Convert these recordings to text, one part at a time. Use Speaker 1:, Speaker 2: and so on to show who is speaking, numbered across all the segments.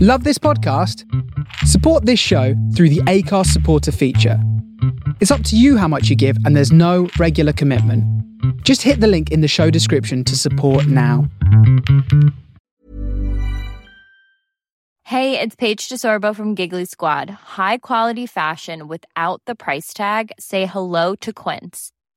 Speaker 1: Love this podcast? Support this show through the ACARS supporter feature. It's up to you how much you give, and there's no regular commitment. Just hit the link in the show description to support now.
Speaker 2: Hey, it's Paige DeSorbo from Giggly Squad. High quality fashion without the price tag? Say hello to Quince.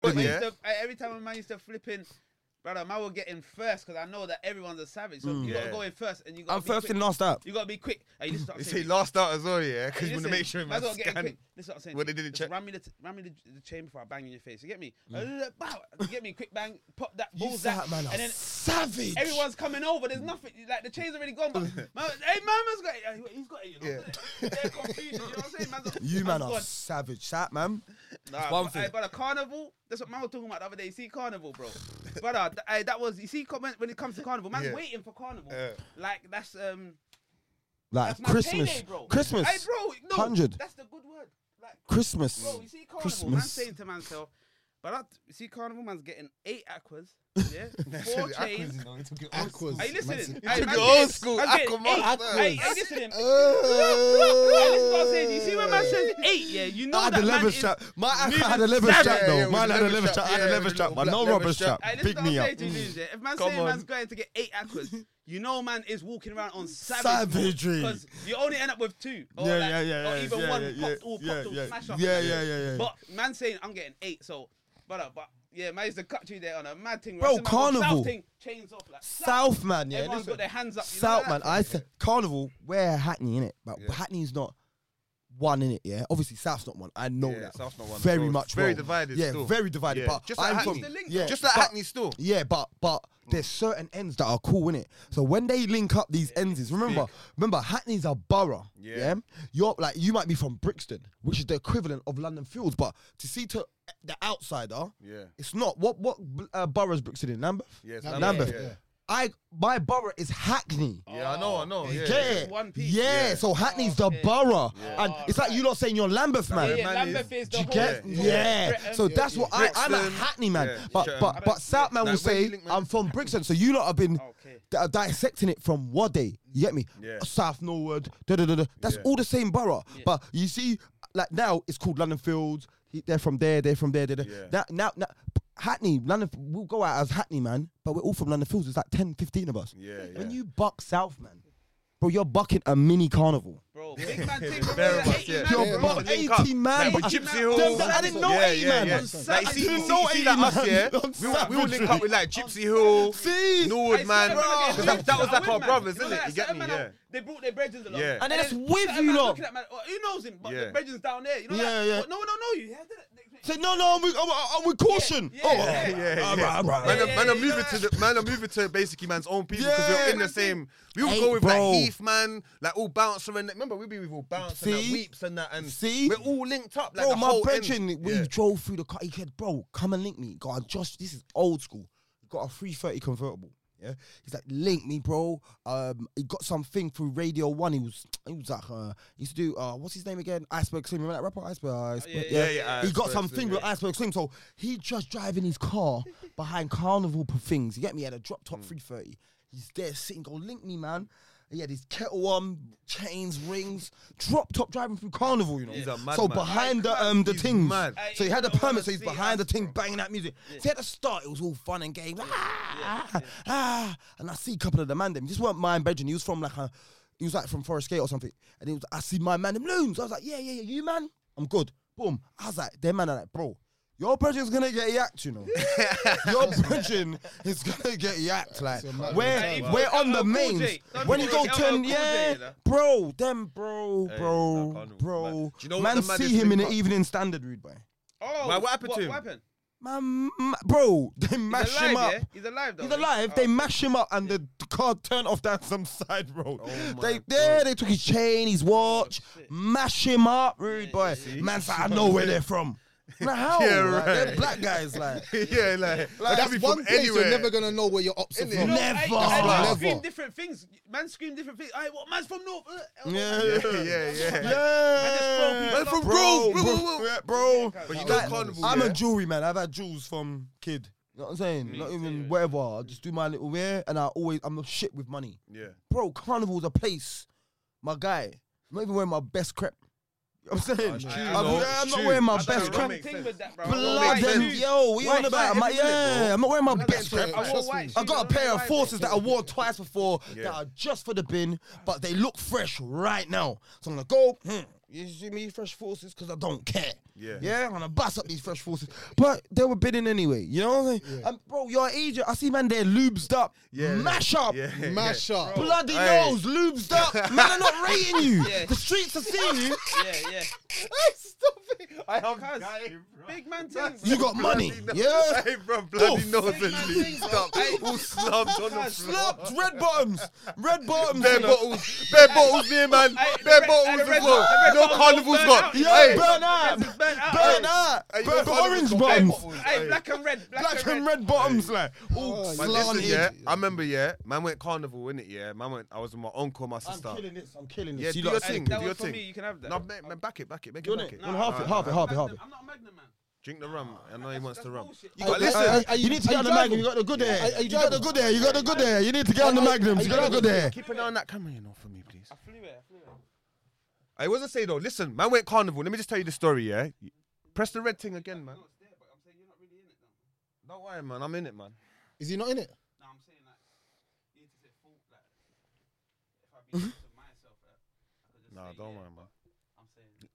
Speaker 3: But
Speaker 4: Yeah.
Speaker 3: used to- every time a man used to flipping, brother, man will get in first because I know that everyone's a savage. So you gotta
Speaker 4: Yeah.
Speaker 3: go in first, and you gotta
Speaker 4: Mm. I'm
Speaker 3: be
Speaker 4: first
Speaker 3: quick.
Speaker 4: in, last out.
Speaker 3: You gotta be quick. Hey, this is what I'm
Speaker 4: They
Speaker 3: saying.
Speaker 4: say last out as well, yeah, because
Speaker 3: Hey,
Speaker 4: you want to
Speaker 3: listen,
Speaker 4: make sure
Speaker 3: man's
Speaker 4: man's
Speaker 3: gotta get in
Speaker 4: scanning.
Speaker 3: quick. This is what I'm saying.
Speaker 4: Well, they didn't
Speaker 3: Just
Speaker 4: check.
Speaker 3: Ram me the, ram me the, the chain before I bang in your face. You get me? Uh, bow. You get me? Quick bang, pop that,
Speaker 4: Mm. You
Speaker 3: balls
Speaker 4: that man are
Speaker 3: and then
Speaker 4: savage.
Speaker 3: everyone's coming over. There's nothing. Like the chain's already gone. But man, hey, man, man's got it. He's got it. You know,
Speaker 4: Yeah.
Speaker 3: they're confused. You know what I'm saying? Man's got-
Speaker 4: You
Speaker 3: man's
Speaker 4: man are
Speaker 3: gone.
Speaker 4: savage, that man.
Speaker 3: Nah,
Speaker 4: one
Speaker 3: but,
Speaker 4: thing.
Speaker 3: Hey, brother, carnival. That's what man was talking about the other day. You see carnival, bro. brother, th- hey, that was you see co- when, when it comes to carnival, man's
Speaker 4: Yeah.
Speaker 3: waiting for carnival.
Speaker 4: Yeah.
Speaker 3: Like that's um
Speaker 4: Like
Speaker 3: that's my
Speaker 4: Christmas,
Speaker 3: payday, bro.
Speaker 4: Christmas,
Speaker 3: Hey, bro, no,
Speaker 4: hundred,
Speaker 3: That's the good word. Like,
Speaker 4: Christmas,
Speaker 3: bro, you see carnival, man's
Speaker 4: Christmas.
Speaker 3: saying to manself, but that, you see carnival, man's getting eight aquas, yeah,
Speaker 4: That's
Speaker 3: four
Speaker 4: what the aquas
Speaker 3: chains.
Speaker 4: is, though. It took it old
Speaker 5: Aquas.
Speaker 4: school.
Speaker 3: Are you listening?
Speaker 4: It took
Speaker 3: man's
Speaker 4: it old
Speaker 3: getting-
Speaker 4: school.
Speaker 3: man's getting
Speaker 4: Aqua man.
Speaker 3: eight- Hey, hey,
Speaker 4: Aquas.
Speaker 3: listen to him. Hey, listen to what I'm saying. You see when man says
Speaker 4: Uh,
Speaker 3: eight, yeah, you know
Speaker 4: I had
Speaker 3: that
Speaker 4: a
Speaker 3: man
Speaker 4: leather
Speaker 3: is-
Speaker 4: strap. My
Speaker 3: Leave
Speaker 4: I had
Speaker 3: it
Speaker 4: a leather
Speaker 3: seven.
Speaker 4: strap
Speaker 3: Yeah, yeah,
Speaker 4: though. Mine
Speaker 3: with
Speaker 4: had a
Speaker 3: the
Speaker 4: leather strap. I had a leather strap, but no rubber strap.
Speaker 3: Hey, this is
Speaker 4: Pick
Speaker 3: what I'm
Speaker 4: me up.
Speaker 3: saying to you, dudes, yeah. If man's
Speaker 4: Come
Speaker 3: saying man's
Speaker 4: on.
Speaker 3: going to get eight aquas, you know man is walking around on savage
Speaker 4: Savagery.
Speaker 3: Because you only end up with two. Or
Speaker 4: Yeah,
Speaker 3: like,
Speaker 4: yeah, yeah,
Speaker 3: Or
Speaker 4: yeah,
Speaker 3: even
Speaker 4: yeah,
Speaker 3: one
Speaker 4: yeah,
Speaker 3: popped
Speaker 4: yeah,
Speaker 3: all popped
Speaker 4: yeah,
Speaker 3: all
Speaker 4: yeah.
Speaker 3: smash up.
Speaker 4: Yeah,
Speaker 3: and
Speaker 4: yeah,
Speaker 3: that.
Speaker 4: yeah, yeah, yeah.
Speaker 3: But man saying I'm getting eight, so brother, but yeah, man used to cut you there on a mad thing.
Speaker 4: Bro,
Speaker 3: I said, man, on
Speaker 4: carnival.
Speaker 3: South thing, chains off like
Speaker 4: South man, yeah.
Speaker 3: Everyone's
Speaker 4: listen.
Speaker 3: got their hands up, you know
Speaker 4: South
Speaker 3: that?
Speaker 4: man, I said carnival. Wear Hackney in it, but
Speaker 5: Yeah.
Speaker 4: Hackney's not one in it. Yeah, obviously South's not one. I know
Speaker 5: Yeah,
Speaker 4: that.
Speaker 5: South's not one.
Speaker 4: Very
Speaker 5: Bro, it's
Speaker 4: much.
Speaker 5: very
Speaker 4: wrong.
Speaker 5: divided
Speaker 4: Yeah,
Speaker 5: still.
Speaker 4: very divided.
Speaker 5: Yeah,
Speaker 4: But
Speaker 5: just like
Speaker 4: I'm
Speaker 5: Hackney.
Speaker 4: from
Speaker 3: It's the link,
Speaker 4: yeah,
Speaker 3: though.
Speaker 5: Just like
Speaker 4: but-
Speaker 5: Hackney still.
Speaker 4: Yeah, but but there's certain ends that are cool in it. So when they link up these ends, remember, remember Hackney's a borough.
Speaker 5: Yeah.
Speaker 4: you're like you might be from Brixton, which is the equivalent of London Fields, but to see to the outsider,
Speaker 5: Yeah.
Speaker 4: it's not. What what uh, borough is Brixton in? Lambeth.
Speaker 5: Yeah, it's
Speaker 4: Lambeth.
Speaker 5: Lambeth, yeah.
Speaker 4: I my borough is Hackney.
Speaker 5: Yeah, I know, I know. Oh, Yeah.
Speaker 4: Yeah,
Speaker 3: It's one piece.
Speaker 4: yeah.
Speaker 5: Yeah.
Speaker 4: So Hackney's
Speaker 3: Oh,
Speaker 4: the
Speaker 3: okay.
Speaker 4: borough, and
Speaker 3: Oh,
Speaker 4: it's like you lot saying you're Lambeth man.
Speaker 3: Yeah,
Speaker 5: man
Speaker 3: yeah,
Speaker 5: is-
Speaker 3: Lambeth is the
Speaker 4: Do you
Speaker 3: whole.
Speaker 4: get? Yeah. So that's what I, I'm a
Speaker 5: Brixton.
Speaker 4: Hackney man.
Speaker 5: Yeah.
Speaker 4: But
Speaker 5: Sure.
Speaker 4: but but South
Speaker 5: Like,
Speaker 4: man will
Speaker 5: when you
Speaker 4: say
Speaker 5: link, man, Oh,
Speaker 4: I'm from Brixton. So you lot have been
Speaker 3: Okay.
Speaker 4: di- uh, dissecting it from what day. You get me?
Speaker 5: Yeah.
Speaker 4: South Norwood. Da, da, da, da. That's all the same borough. But you see, like now it's called London Fields. He- They're from there. They're from there. They're there.
Speaker 5: Yeah.
Speaker 4: Now, now, now Hackney, London. We'll go out as Hackney man, but we're all from London Fields. It's like 10, 15 of us.
Speaker 5: Yeah,
Speaker 4: When
Speaker 5: yeah.
Speaker 4: you buck South man, bro, you're bucking a mini carnival.
Speaker 3: Bro, big man thing.
Speaker 5: Very much, yeah.
Speaker 4: You're
Speaker 5: Yeah,
Speaker 4: buck
Speaker 5: man. Link up.
Speaker 4: 80 man.
Speaker 5: Like, with
Speaker 4: but-
Speaker 5: Gypsy
Speaker 4: Them-
Speaker 5: Hill.
Speaker 4: I didn't know
Speaker 5: yeah,
Speaker 4: 80
Speaker 5: yeah,
Speaker 4: man.
Speaker 5: yeah. Like,
Speaker 4: I
Speaker 5: you see,
Speaker 4: didn't
Speaker 5: you
Speaker 4: know
Speaker 5: see
Speaker 4: 80
Speaker 5: like us,
Speaker 4: man.
Speaker 5: yeah?
Speaker 4: On
Speaker 5: We will, we will link
Speaker 4: Savagery.
Speaker 5: up with like Gypsy Hill,
Speaker 4: See?
Speaker 5: Norwood, man. Because that, that was like our brothers,
Speaker 3: is
Speaker 5: isn't it? You get me? Yeah.
Speaker 3: They brought their brethren along.
Speaker 5: Yeah. And
Speaker 4: that's
Speaker 3: then
Speaker 4: with
Speaker 3: certain
Speaker 4: you
Speaker 3: man's
Speaker 4: lot.
Speaker 3: looking at man- oh, Who knows him? But
Speaker 5: Yeah.
Speaker 3: the brethren's down there. You know
Speaker 4: Yeah,
Speaker 3: like,
Speaker 4: yeah.
Speaker 3: what, No one don't know you. Yeah, that-
Speaker 4: Say, no, no, I'm with, I'm, I'm with caution.
Speaker 3: Yeah,
Speaker 4: oh,
Speaker 3: yeah,
Speaker 4: alright,
Speaker 5: Yeah, yeah.
Speaker 4: alright, alright.
Speaker 5: Man,
Speaker 3: Yeah,
Speaker 5: are-
Speaker 3: yeah,
Speaker 5: man,
Speaker 3: yeah,
Speaker 5: are
Speaker 3: you know
Speaker 5: moving to the man, are moving to basically man's own people because
Speaker 4: Yeah.
Speaker 5: we're in the same. We would
Speaker 4: Hey,
Speaker 5: go with
Speaker 4: bro.
Speaker 5: like Heath, man, like all bouncer and remember we'd be with all bouncer and
Speaker 4: See?
Speaker 5: that weeps and that and
Speaker 4: See?
Speaker 5: we're all linked up. Like
Speaker 4: Bro,
Speaker 5: the
Speaker 4: my
Speaker 5: whole
Speaker 4: brethren,
Speaker 5: end.
Speaker 4: we
Speaker 5: Yeah.
Speaker 4: drove through the car. He said, bro, come and link me. God, Josh, this is old school. He got a 330 convertible. Yeah, he's like, link me, bro. Um, he got something through Radio One. He was, he was like, uh, he used to do, uh, what's his name again? Iceberg Slim. Remember that rapper, Iceberg? Iceberg
Speaker 3: yeah,
Speaker 5: Oh, yeah, yeah,
Speaker 4: He got
Speaker 5: Iceberg
Speaker 4: something
Speaker 5: Slim,
Speaker 4: with
Speaker 5: yeah.
Speaker 4: Iceberg Slim. So he just driving his car behind Carnival p- things. You get me? He had a drop top 330. He's there sitting, go link me, man. He had his kettle on, chains, rings, drop top driving through carnival. You know,
Speaker 5: He's a
Speaker 4: so
Speaker 5: madman.
Speaker 4: behind
Speaker 3: I
Speaker 4: the
Speaker 3: can't-
Speaker 4: um the
Speaker 5: he's
Speaker 4: things.
Speaker 5: mad.
Speaker 3: I-
Speaker 4: So he had
Speaker 3: I
Speaker 4: a
Speaker 3: wanna
Speaker 4: permit, so he's
Speaker 3: see
Speaker 4: behind the
Speaker 3: us,
Speaker 4: thing,
Speaker 3: bro.
Speaker 4: banging that music. So at the start, it was all fun and games. Ah, ah, and I see a couple of the man them. Just weren't my bedroom. He was from like a, he was like from Forest Gate or something. And he was, I see my man them loons. I was like, yeah, yeah, yeah, you man, I'm good. Boom. I was like, their man are like, bro. Your brethren's gonna get yacked, you know. Your brethren is gonna get yacked. Like
Speaker 6: mad
Speaker 4: we're
Speaker 3: mentality.
Speaker 4: we're on
Speaker 3: LL
Speaker 4: the
Speaker 3: Cool
Speaker 4: mains.
Speaker 3: J. Don't
Speaker 4: When you go
Speaker 3: forget LL
Speaker 4: turn,
Speaker 3: Cool J,
Speaker 4: yeah,
Speaker 3: you know.
Speaker 4: bro, them bro,
Speaker 5: Hey, nah,
Speaker 4: bro,
Speaker 5: Carnival, man.
Speaker 4: bro.
Speaker 5: Do you know what
Speaker 4: man
Speaker 5: the maddest
Speaker 4: see him in
Speaker 5: thing
Speaker 4: the
Speaker 5: about-
Speaker 4: evening standard, rude boy.
Speaker 3: Oh,
Speaker 5: Man, what happened to him?
Speaker 3: What happened?
Speaker 4: Man, m- bro, they mash
Speaker 3: He's alive,
Speaker 4: him up.
Speaker 3: yeah? He's alive, though.
Speaker 4: He's
Speaker 3: right?
Speaker 4: alive.
Speaker 3: Oh.
Speaker 4: They mash him up, and the car turned off down some side road.
Speaker 5: Oh my
Speaker 4: they there.
Speaker 5: God. Oh,
Speaker 4: They took his chain, his watch, mash him up, rude boy.
Speaker 5: See?
Speaker 4: Man, said, I know where they're from. Like, how?
Speaker 5: Yeah,
Speaker 4: Like, they're
Speaker 5: right.
Speaker 4: black guys, like.
Speaker 5: yeah, like,
Speaker 6: Like,
Speaker 5: that'd be
Speaker 6: that's one
Speaker 5: from
Speaker 6: place
Speaker 5: anywhere.
Speaker 6: you're never gonna know where your ops are
Speaker 5: Innit?
Speaker 6: from.
Speaker 3: No,
Speaker 4: Never.
Speaker 3: I, I
Speaker 6: Never.
Speaker 3: scream different things. Man scream different things. I what man's from North. Uh, uh,
Speaker 5: yeah, yeah,
Speaker 4: Yeah,
Speaker 5: yeah.
Speaker 3: I
Speaker 4: yeah.
Speaker 3: just throw people
Speaker 4: bro,
Speaker 5: off. Bro,
Speaker 4: bro,
Speaker 5: bro, bro.
Speaker 4: yeah, bro.
Speaker 5: But you
Speaker 6: Like,
Speaker 5: know carnival.
Speaker 4: I'm
Speaker 5: yeah?
Speaker 4: a jewelry man. I've had jewels from kid. You know what I'm saying? Not even whatever. I just do my little wear, and I always I'm a shit with money.
Speaker 5: Yeah.
Speaker 4: bro, Carnival's a place. My guy, I'm not even wearing my best crep. You know what I'm saying?
Speaker 5: it's true,
Speaker 4: I'm,
Speaker 5: though.
Speaker 4: I'm
Speaker 5: It's
Speaker 4: not
Speaker 5: true.
Speaker 4: wearing my
Speaker 5: That's
Speaker 3: I
Speaker 5: Best
Speaker 4: best
Speaker 5: crap.
Speaker 3: don't know, wrong
Speaker 4: crep.
Speaker 5: Makes
Speaker 3: thing
Speaker 5: sense.
Speaker 3: with that, bro.
Speaker 4: Blood
Speaker 5: White
Speaker 4: and
Speaker 5: suit.
Speaker 4: yo, what you on
Speaker 5: White
Speaker 4: about?
Speaker 5: suit,
Speaker 4: My,
Speaker 5: isn't it,
Speaker 4: yeah,
Speaker 5: bro?
Speaker 4: I'm not wearing my best
Speaker 6: suit.
Speaker 4: crep.
Speaker 3: I wore
Speaker 6: Trust
Speaker 3: white.
Speaker 6: me.
Speaker 4: I've got a pair of forces that I wore twice before
Speaker 5: Yeah.
Speaker 4: that are just for the bin, but they look fresh right now. So I'm gonna go, hmm, you see me fresh forces because I don't care.
Speaker 5: Yeah.
Speaker 4: Yeah, I'm gonna bust up these fresh forces. But they were bidding anyway, you know what I'm saying? And bro, you're Egypt. I see man there lubes up,
Speaker 5: Yeah.
Speaker 4: mash up,
Speaker 5: Yeah.
Speaker 6: Mash up.
Speaker 4: bloody
Speaker 5: Hey.
Speaker 4: nose, lubes up. Man, I'm not rating you.
Speaker 3: Yeah.
Speaker 4: The streets are seeing you.
Speaker 3: Yeah, yeah.
Speaker 5: Stop it. I am
Speaker 3: Cuz,
Speaker 5: dying, bro.
Speaker 3: Big man thing.
Speaker 4: You got
Speaker 5: Bloody
Speaker 4: money,
Speaker 5: no-
Speaker 4: yeah?
Speaker 5: Hey, bro, bloody
Speaker 4: Oof.
Speaker 5: nose
Speaker 3: Big
Speaker 5: and
Speaker 3: man thing,
Speaker 5: leaves
Speaker 3: bro.
Speaker 5: up.
Speaker 3: Hey.
Speaker 5: All slumped on the floor.
Speaker 4: Slapped, red bottoms, red bottoms.
Speaker 5: Bare
Speaker 4: you know.
Speaker 5: bottles, bare bottles near man,
Speaker 3: Hey, the
Speaker 5: bare
Speaker 3: red-
Speaker 5: bottles
Speaker 3: hey, the
Speaker 5: as
Speaker 3: red
Speaker 5: well.
Speaker 3: bottle- the red
Speaker 5: No
Speaker 3: bottle
Speaker 5: carnival's
Speaker 3: burn
Speaker 5: got.
Speaker 3: out.
Speaker 4: Yo,
Speaker 5: Hey,
Speaker 4: burn out,
Speaker 3: This is burnt out.
Speaker 4: burn out,
Speaker 5: Hey, you got
Speaker 4: burn
Speaker 5: carnival's
Speaker 4: orange
Speaker 5: got
Speaker 4: bottoms.
Speaker 5: bare bottles.
Speaker 3: Hey, black and red. Black,
Speaker 4: black and red bottoms, like all
Speaker 6: Oh,
Speaker 5: Man,
Speaker 6: Slanted.
Speaker 5: listen, yeah, I remember, yeah, man went carnival, innit, yeah, man went. I was with my uncle, and my
Speaker 4: I'm
Speaker 5: sister.
Speaker 4: killing this. I'm killing
Speaker 5: Yeah,
Speaker 4: this.
Speaker 5: do
Speaker 4: you lot
Speaker 5: your
Speaker 4: are sick.
Speaker 5: thing,
Speaker 3: That
Speaker 5: do
Speaker 3: was
Speaker 5: your
Speaker 3: for
Speaker 5: thing.
Speaker 3: me. You can have that.
Speaker 5: No, man, man, back it, back it, make
Speaker 4: You
Speaker 5: it,
Speaker 4: want
Speaker 5: back
Speaker 4: it?
Speaker 5: it.
Speaker 4: Well, half it, half it, half it, half it.
Speaker 3: I'm not a Magnum man.
Speaker 5: Drink the rum. I know he wants
Speaker 3: that's
Speaker 5: the rum.
Speaker 3: bullshit.
Speaker 5: You got
Speaker 6: I- I-
Speaker 5: listen.
Speaker 6: I-
Speaker 4: Listen, you need to get on the Magnum. You got the good
Speaker 6: Are- are
Speaker 4: air.
Speaker 6: you
Speaker 4: You got the
Speaker 6: driving?
Speaker 4: good air. You got the good air. You need to get on the Magnums. You got the good air.
Speaker 5: Keep an eye on that camera, you know, for me, please.
Speaker 3: I flew it. I flew it.
Speaker 5: I wasn't saying though. Listen, man went carnival. Let me just tell you the story, yeah. Press the red thing again, man. Don't worry, man. I'm in it, man.
Speaker 6: Is he not in it?
Speaker 3: No, I'm saying like, you need to say fault like, if I be honest with myself, like, I could just
Speaker 5: No,
Speaker 3: say,
Speaker 5: don't
Speaker 3: yeah,
Speaker 5: worry, man.
Speaker 3: I'm saying.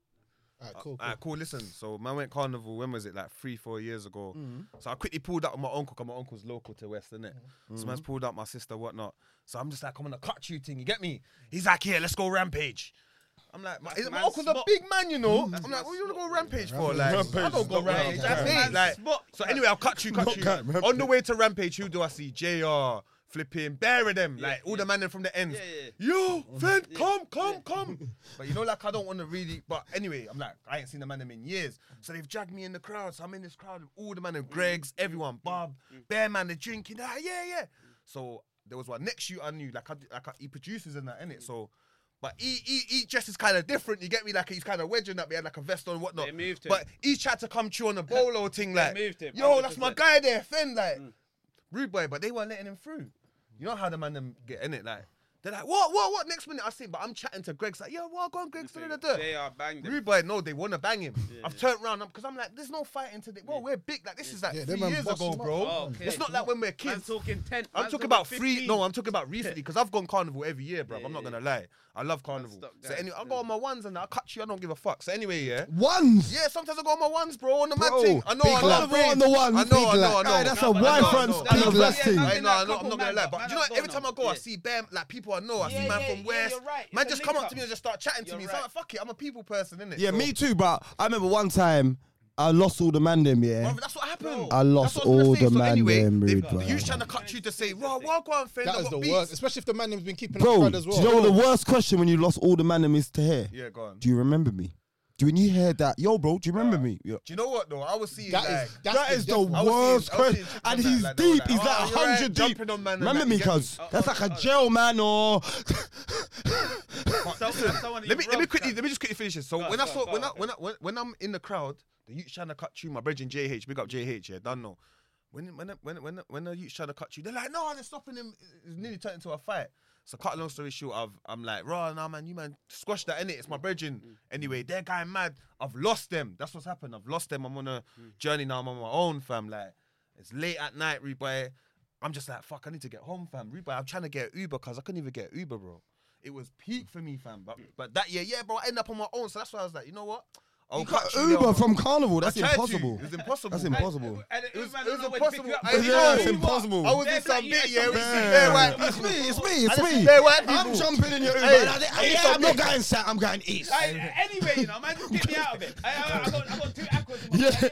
Speaker 6: Alright, cool.
Speaker 5: Alright, cool. Listen, so man went carnival. When was it? Like three, four years ago.
Speaker 6: Mm-hmm.
Speaker 5: So I quickly pulled out with my uncle. Cause my uncle's local to West, innit?
Speaker 6: Mm-hmm.
Speaker 5: So man's pulled out my sister, whatnot. So I'm just like, I'm gonna cut you, thing. You get me? He's like, yeah, let's go rampage. I'm like, my,
Speaker 3: That's
Speaker 5: my
Speaker 3: man's
Speaker 5: uncle's a
Speaker 3: spot.
Speaker 5: big man, you know. I'm
Speaker 3: man's
Speaker 5: like, what you wanna
Speaker 3: spot.
Speaker 5: go rampage for? Like, I don't go
Speaker 4: not
Speaker 5: rampage.
Speaker 4: rampage.
Speaker 5: That's
Speaker 3: Man's
Speaker 5: it. Like,
Speaker 3: spot.
Speaker 5: so anyway, I'll cut you, cut you.
Speaker 4: cut, rampage.
Speaker 5: On the way to rampage, who do I see? Jr. Flipping, bear of them, like all the man them from the ends.
Speaker 3: Yeah,
Speaker 5: Yo, Fed, come, come, come. But you know, like, I don't want to really. But anyway, I'm like, I ain't seen the man them in years. So they've dragged me in the crowd. So I'm in this crowd with all the man
Speaker 3: Mm,
Speaker 5: them, Greg's, everyone, Bob, Bear Man, they're drinking. Ah, yeah, yeah. So there was one next you I knew, like, I, like I, he produces and that,
Speaker 3: Mm.
Speaker 5: innit? So. But he, he, he dresses kind of different, you get me? Like he's kind of wedging up, he had like a vest on and whatnot.
Speaker 3: They moved him.
Speaker 5: But he tried to come chew on the bolo thing, like,
Speaker 3: moved him,
Speaker 5: yo, that's my
Speaker 3: 100%.
Speaker 5: guy there, Finn, like,
Speaker 3: Mm.
Speaker 5: rude boy, but they weren't letting him through. You know how the man them get in it, like they're like, what, what, what? Next minute I see, but I'm chatting to Greg's like, yo, what, go on, Greg's da, da, da.
Speaker 3: They are banged.
Speaker 5: Rude boy, no, they want to bang him. I've turned round because I'm like, there's no fighting today. Well, we're big, like this is like
Speaker 6: Yeah, them
Speaker 5: three
Speaker 6: man
Speaker 5: years
Speaker 6: bust
Speaker 5: ago,
Speaker 6: him up.
Speaker 5: bro.
Speaker 3: Oh, okay.
Speaker 5: It's not like when we're
Speaker 3: I'm
Speaker 5: kids.
Speaker 3: talking ten.
Speaker 5: I'm talking
Speaker 3: man's talking
Speaker 5: about
Speaker 3: 15.
Speaker 5: free. No, I'm talking about recently because I've gone carnival every year, bro. I'm not gonna lie. I love carnival.
Speaker 3: stop,
Speaker 5: So
Speaker 3: guys.
Speaker 5: anyway, I go on my ones and I cut you. I don't give a fuck. So anyway, yeah.
Speaker 4: Ones.
Speaker 5: Yeah, sometimes I go on my ones, bro. On the
Speaker 4: Bro,
Speaker 5: mad thing. I know.
Speaker 4: big
Speaker 5: I know.
Speaker 4: lap.
Speaker 5: brave.
Speaker 4: On the ones,
Speaker 5: I
Speaker 4: big
Speaker 5: know. I
Speaker 4: lap.
Speaker 5: know. I know.
Speaker 4: Aye, that's a
Speaker 5: I know,
Speaker 4: wine
Speaker 5: I
Speaker 4: front
Speaker 5: know.
Speaker 4: speed
Speaker 5: That's-
Speaker 4: lap thing.
Speaker 5: Hey,
Speaker 3: Nothing
Speaker 5: no,
Speaker 3: like
Speaker 5: I'm not, I'm
Speaker 3: couple
Speaker 5: not gonna
Speaker 3: man,
Speaker 5: lie,
Speaker 3: but
Speaker 5: but
Speaker 3: man
Speaker 5: do you know,
Speaker 3: that's
Speaker 5: every
Speaker 3: going
Speaker 5: time I
Speaker 3: on.
Speaker 5: go, I
Speaker 3: Yeah.
Speaker 5: see bam, like people I know. I
Speaker 3: Yeah,
Speaker 5: see man
Speaker 3: yeah,
Speaker 5: from
Speaker 3: yeah,
Speaker 5: West.
Speaker 3: you're right.
Speaker 5: Man
Speaker 3: It's a
Speaker 5: just come
Speaker 3: link
Speaker 5: up to me
Speaker 3: up.
Speaker 5: and just start chatting to
Speaker 3: You're
Speaker 5: me. So
Speaker 3: right.
Speaker 5: I'm like, fuck it, I'm a people person, innit?
Speaker 4: Yeah,
Speaker 5: So-
Speaker 4: me too, but I remember one time I lost all the man them, yeah.
Speaker 5: Bruv, that's what happened.
Speaker 4: I lost
Speaker 5: That's what was gonna
Speaker 4: all
Speaker 5: say.
Speaker 4: the
Speaker 5: so
Speaker 4: man
Speaker 5: anyway,
Speaker 4: them,
Speaker 5: they-
Speaker 4: rude
Speaker 5: the
Speaker 4: boy.
Speaker 5: youth's trying to cut you to say, raw, well, go on, friend.
Speaker 6: That
Speaker 5: I
Speaker 6: is
Speaker 5: got
Speaker 6: the
Speaker 5: beats."
Speaker 6: worst, especially if the man has been keeping up
Speaker 4: Bro,
Speaker 6: crud
Speaker 4: do
Speaker 6: as well.
Speaker 4: you know what the worst question when you lost all the man them is to hear?
Speaker 5: Yeah, go on.
Speaker 4: Do you remember me? Do when you hear that, yo, bro, do you remember me? Yeah.
Speaker 5: Do you know what though? I was seeing
Speaker 6: That is-
Speaker 5: like,
Speaker 6: that's
Speaker 4: That
Speaker 6: the
Speaker 4: is the
Speaker 6: devil.
Speaker 5: I was seeing- I was
Speaker 4: worst question.
Speaker 5: seeing chicks
Speaker 4: And
Speaker 5: like that,
Speaker 4: he's
Speaker 5: like, they were
Speaker 4: deep. He's
Speaker 5: like,
Speaker 4: like
Speaker 5: "Oh, you're right,
Speaker 4: 100 deep.
Speaker 5: jumping on man and
Speaker 4: Remember
Speaker 5: that,
Speaker 4: me,
Speaker 5: you get Oh, me?
Speaker 4: cuz? That's like a jail man or.
Speaker 3: Someone- someone
Speaker 5: Let me let
Speaker 3: you
Speaker 5: me
Speaker 3: robbed,
Speaker 5: quickly
Speaker 3: cuz.
Speaker 5: let me just quickly finish this. So
Speaker 3: on,
Speaker 5: when I
Speaker 3: go on,
Speaker 5: saw
Speaker 3: go
Speaker 5: when
Speaker 3: on,
Speaker 5: I when I when, when I'm in the crowd, the youth trying to cut you, my brethren JH, big up JH, yeah, done no. When when when when when the youth trying to cut you, they're like, no, they're stopping him. It's nearly turned into a fight. So cut a long story short, I've, I'm like, raw, nah, man, you man, squash that in it. It's my brethren.
Speaker 3: Mm.
Speaker 5: Anyway, they're going mad. I've lost them. That's what's happened. I've lost them. I'm on a
Speaker 3: Mm.
Speaker 5: journey now. I'm on my own, fam. Like, it's late at night, rebuy. I'm just like, fuck, I need to get home, fam. Rebuy. I'm trying to get Uber because I couldn't even get Uber, bro. It was peak for me, fam. But, but that year, yeah, bro, I end up on my own. So that's why I was like, you know what? I'll
Speaker 4: You got
Speaker 5: catch you there,
Speaker 4: Uber
Speaker 5: bro.
Speaker 4: from Carnival.
Speaker 5: I
Speaker 4: That's
Speaker 5: tried to.
Speaker 4: impossible.
Speaker 5: It was impossible.
Speaker 4: That's
Speaker 5: And-
Speaker 4: impossible.
Speaker 3: And it,
Speaker 5: It was,
Speaker 3: man
Speaker 5: it was
Speaker 3: don't know where to pick
Speaker 5: impossible.
Speaker 3: you up.
Speaker 5: I-
Speaker 3: Hey,
Speaker 5: you
Speaker 3: yo,
Speaker 5: know, you
Speaker 4: it's
Speaker 5: know,
Speaker 4: impossible.
Speaker 5: I was in
Speaker 3: There's
Speaker 5: some
Speaker 3: like-
Speaker 5: bit, yeah. We see
Speaker 3: Man.
Speaker 5: bare white
Speaker 4: It's me,
Speaker 5: people.
Speaker 4: it's me, it's
Speaker 5: I just
Speaker 4: me.
Speaker 5: bare white
Speaker 4: I'm
Speaker 5: people.
Speaker 4: jumping in your Uber.
Speaker 5: Hey.
Speaker 4: I- I-
Speaker 5: Hey.
Speaker 4: I'm not going south, I'm going east.
Speaker 3: Like, anyway, you know, man, just get me out of it. I, I, I, got, I got two aquas in my
Speaker 4: Yeah,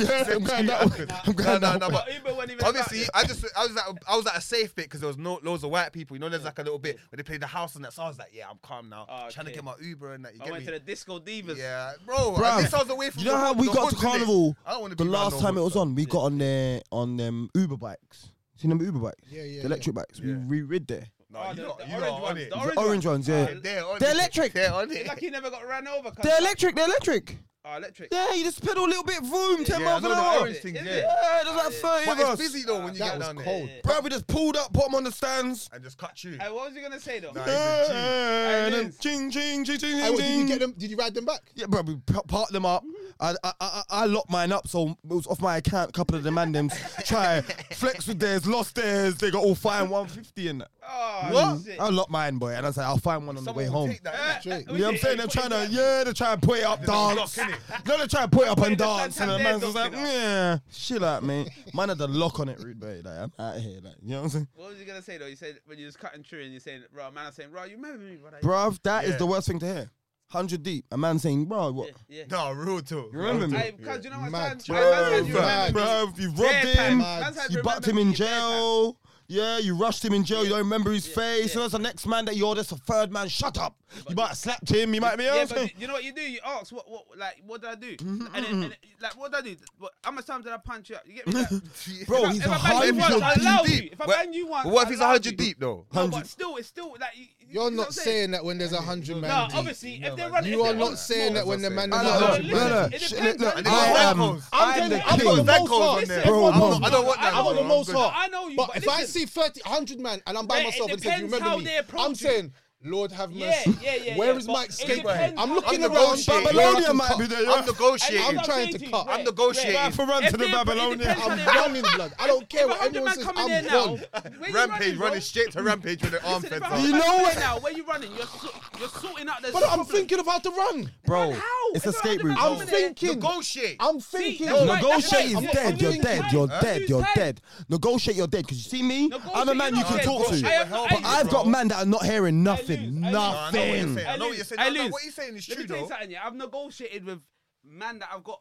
Speaker 3: Get me out of it.
Speaker 4: yeah, I'm going that way. I'm
Speaker 5: No,
Speaker 4: going
Speaker 5: no,
Speaker 4: that
Speaker 5: no,
Speaker 4: way.
Speaker 5: but-
Speaker 3: Uber won't even
Speaker 5: Obviously,
Speaker 3: start
Speaker 5: I just I was at, I was at a safe bit because there was no loads of white people. You know, there's like a little bit where they play the house and that. So I was like, yeah, I'm calm now.
Speaker 3: Oh,
Speaker 5: Trying to
Speaker 3: okay.
Speaker 5: get my Uber and that. You
Speaker 3: yet. I
Speaker 5: get
Speaker 3: went
Speaker 5: me?
Speaker 3: to the disco divas.
Speaker 5: yeah, bro.
Speaker 4: Bruh,
Speaker 5: At least I was away from.
Speaker 4: You know
Speaker 5: the
Speaker 4: how
Speaker 5: hood-
Speaker 4: we
Speaker 5: the
Speaker 4: got to
Speaker 5: hoods, innit?
Speaker 4: Carnival?
Speaker 5: I don't want to
Speaker 4: The
Speaker 5: be around
Speaker 4: last
Speaker 5: no
Speaker 4: time it
Speaker 5: hoods,
Speaker 4: was
Speaker 5: fam.
Speaker 4: on, we got on there on them Uber bikes. See them Uber bikes?
Speaker 6: Yeah, yeah,
Speaker 4: The electric bikes. We,
Speaker 5: Yeah.
Speaker 4: we rid there.
Speaker 5: No,
Speaker 3: Oh,
Speaker 5: you
Speaker 3: the-
Speaker 5: lot-
Speaker 3: the
Speaker 5: you lot
Speaker 3: orange
Speaker 5: are on
Speaker 3: ones,
Speaker 5: it.
Speaker 3: the
Speaker 5: You
Speaker 3: orange
Speaker 5: lot-
Speaker 4: Orange ones, yeah.
Speaker 5: They're on
Speaker 4: They're
Speaker 5: it.
Speaker 4: electric.
Speaker 5: They're on
Speaker 3: It's
Speaker 5: it.
Speaker 3: like he never got ran over. 'cause-
Speaker 4: They're electric, they're electric.
Speaker 3: Oh, electric.
Speaker 4: Yeah, you just pedal a little bit, vroom, 10
Speaker 5: Yeah, I
Speaker 4: miles
Speaker 5: know
Speaker 4: an
Speaker 5: the
Speaker 4: hour.
Speaker 5: orange
Speaker 4: Yeah,
Speaker 5: things,
Speaker 3: Is
Speaker 5: yeah.
Speaker 3: it?
Speaker 4: there's like 30
Speaker 5: But
Speaker 4: of
Speaker 5: it's
Speaker 4: us.
Speaker 5: busy though when you
Speaker 6: That
Speaker 5: get
Speaker 6: was
Speaker 5: down
Speaker 6: cold.
Speaker 5: there.
Speaker 4: Bruh, we just pulled up, put them on the stands.
Speaker 5: And just cut you.
Speaker 3: Hey, what was you going to say, though?
Speaker 5: Nah,
Speaker 3: Hey,
Speaker 5: it's a G.
Speaker 4: And then
Speaker 3: is.
Speaker 4: ching, ching, ching, ching,
Speaker 6: Hey, what, did you
Speaker 4: ching.
Speaker 6: get them? Did you ride them back?
Speaker 4: Yeah, bro, we p- parked them up. I, I, I, I locked mine up, so it was off my account. A couple of the man them try flex with theirs, lost theirs. They got all fined 150 and that.
Speaker 3: Oh,
Speaker 4: Mm.
Speaker 3: shit.
Speaker 4: I locked mine, boy, and I said I'll find one on
Speaker 5: Someone
Speaker 4: the way
Speaker 5: will
Speaker 4: home.
Speaker 5: take that,
Speaker 3: Uh,
Speaker 5: innit?
Speaker 6: Straight.
Speaker 3: uh,
Speaker 4: You know what I'm
Speaker 3: we- uh,
Speaker 4: saying? They're
Speaker 3: put it
Speaker 4: trying to,
Speaker 3: back.
Speaker 4: yeah, they're trying to put it up,
Speaker 5: block,
Speaker 4: dance.
Speaker 5: innit?
Speaker 4: No, they're trying to put it up
Speaker 3: Put
Speaker 4: and
Speaker 3: it the
Speaker 4: dance, and the
Speaker 3: Santander
Speaker 4: man's was like,
Speaker 3: donkey up.
Speaker 4: yeah, shit out, mate. Man had the lock on it, rude boy. Like, I'm out here, like, you know what I'm saying?
Speaker 3: What was you going to say, though? You said when you was cutting through and you're saying, bro, man, I'm saying, bro, you remember me, bro?
Speaker 4: Bruv, that is
Speaker 5: Yeah.
Speaker 4: the worst thing to hear. 100 deep, a man saying, bro, what?
Speaker 3: Yeah.
Speaker 5: No, real talk.
Speaker 4: You remember me?
Speaker 3: Hey, because you know what,
Speaker 6: Mad.
Speaker 3: man? Man, you
Speaker 6: Bro,
Speaker 3: remember me.
Speaker 4: Bruv, you robbed
Speaker 3: Dead
Speaker 4: him.
Speaker 3: time.
Speaker 6: Mad.
Speaker 3: Man's had
Speaker 4: You
Speaker 3: remember
Speaker 4: bucked him
Speaker 3: me
Speaker 4: in
Speaker 3: dead time.
Speaker 4: jail. Yeah, you rushed him in jail. You don't remember his
Speaker 3: yeah.
Speaker 4: face. And that's the next man that you're. That's the third man. Shut up. you might have slapped him. You might be.
Speaker 3: Yeah,
Speaker 4: Yeah,
Speaker 3: but you- you know what you do? You ask, what, what, like, what did I do? And, then, and then,
Speaker 4: Mm-hmm.
Speaker 3: like, what did I do? What, how much times did I punch you up? You get me? Like,
Speaker 4: Bro,
Speaker 3: if I-
Speaker 4: he's
Speaker 3: if
Speaker 4: a
Speaker 3: I bang you
Speaker 4: hundred
Speaker 3: once, I allow you.
Speaker 5: deep.
Speaker 3: If I
Speaker 5: But-
Speaker 3: bang you once,
Speaker 5: What if
Speaker 3: I
Speaker 5: he's
Speaker 3: allow
Speaker 5: 100
Speaker 3: you.
Speaker 5: deep though?
Speaker 3: No, but
Speaker 4: Hundred.
Speaker 3: still, it's still like you, you
Speaker 6: You're
Speaker 3: know what
Speaker 6: not
Speaker 3: I'm
Speaker 6: saying that when there's a hundred
Speaker 3: No,
Speaker 6: man. deep.
Speaker 3: obviously, if they
Speaker 5: man.
Speaker 3: run,
Speaker 6: You
Speaker 3: if
Speaker 6: are
Speaker 3: they
Speaker 6: not
Speaker 3: run-
Speaker 6: saying that when the man.
Speaker 5: No,
Speaker 4: No,
Speaker 5: no,
Speaker 4: no,
Speaker 5: listen,
Speaker 4: no,
Speaker 3: it
Speaker 4: Shit,
Speaker 3: depends
Speaker 4: look,
Speaker 3: on
Speaker 4: look,
Speaker 3: the
Speaker 4: I am.
Speaker 5: levels.
Speaker 4: I
Speaker 6: I'm
Speaker 4: am the
Speaker 6: telling you,
Speaker 5: got
Speaker 4: king.
Speaker 6: I'm the
Speaker 5: Vanco's
Speaker 6: most
Speaker 5: on
Speaker 6: hard.
Speaker 5: there.
Speaker 6: Listen,
Speaker 4: Bro,
Speaker 6: I'm
Speaker 4: no.
Speaker 6: the-
Speaker 5: I don't want that,
Speaker 6: I want
Speaker 5: bro.
Speaker 6: the most
Speaker 5: I'm good.
Speaker 6: hard.
Speaker 3: I know you,
Speaker 6: but,
Speaker 3: but
Speaker 6: if I
Speaker 3: listen.
Speaker 6: see 30, 100 man and I'm by
Speaker 3: Right, it
Speaker 6: myself and say, you
Speaker 3: depends
Speaker 6: remember
Speaker 3: how
Speaker 6: me?
Speaker 3: they approach
Speaker 6: I'm
Speaker 3: you.
Speaker 6: saying, Lord have
Speaker 3: Yeah,
Speaker 6: mercy.
Speaker 3: yeah, yeah,
Speaker 6: Where
Speaker 3: yeah,
Speaker 6: is
Speaker 3: but
Speaker 6: Mike
Speaker 3: it
Speaker 6: Skate?
Speaker 3: depends
Speaker 6: I'm
Speaker 3: how
Speaker 6: looking
Speaker 3: they
Speaker 6: around.
Speaker 3: approach
Speaker 5: you.
Speaker 4: Babylonia might
Speaker 6: might
Speaker 4: be there.
Speaker 5: I'm
Speaker 4: Yeah.
Speaker 5: negotiating.
Speaker 6: I'm trying to cut.
Speaker 5: I'm negotiating.
Speaker 4: If I run to the Babylonian,
Speaker 6: I'm running, blood. I don't care what anyone says. I'm gone.
Speaker 5: Rampage, running straight to Rampage with the arm
Speaker 3: Listen,
Speaker 5: fence
Speaker 3: if
Speaker 5: up.
Speaker 3: I'm
Speaker 4: You
Speaker 3: back
Speaker 4: know
Speaker 3: there
Speaker 4: what?
Speaker 3: Now, where you running? You're, so, you're sorting out this.
Speaker 6: But I'm thinking of how to run.
Speaker 4: Bro,
Speaker 3: how?
Speaker 4: it's
Speaker 3: If
Speaker 4: escape
Speaker 3: I
Speaker 4: route.
Speaker 3: remember
Speaker 6: I'm
Speaker 3: Come in there.
Speaker 6: thinking.
Speaker 5: Negotiate.
Speaker 6: I'm thinking.
Speaker 3: that's right, that's
Speaker 4: Negotiate
Speaker 3: right.
Speaker 4: is
Speaker 3: I'm
Speaker 4: dead. You're
Speaker 3: thinking
Speaker 4: dead.
Speaker 3: tight.
Speaker 4: You're
Speaker 3: Huh?
Speaker 4: dead. You're
Speaker 3: Tight.
Speaker 4: dead. Negotiate. You're dead. Cause you see me, I'm a
Speaker 3: Negotiate,
Speaker 4: man
Speaker 3: you're
Speaker 4: you
Speaker 3: not
Speaker 4: can
Speaker 3: dead.
Speaker 4: talk to.
Speaker 3: Negotiate,
Speaker 4: But
Speaker 3: I am- I am-
Speaker 4: I've got
Speaker 5: Bro.
Speaker 4: man that are not hearing
Speaker 3: lose,
Speaker 4: nothing.
Speaker 3: I lose.
Speaker 5: No, I know what you're
Speaker 4: Nothing.
Speaker 5: saying. I know what you're saying.
Speaker 3: I
Speaker 5: No, no,
Speaker 3: lose.
Speaker 5: what you're saying is
Speaker 3: Let
Speaker 5: true
Speaker 3: me tell you
Speaker 5: though.
Speaker 3: something. Yeah, I've negotiated with man that I've got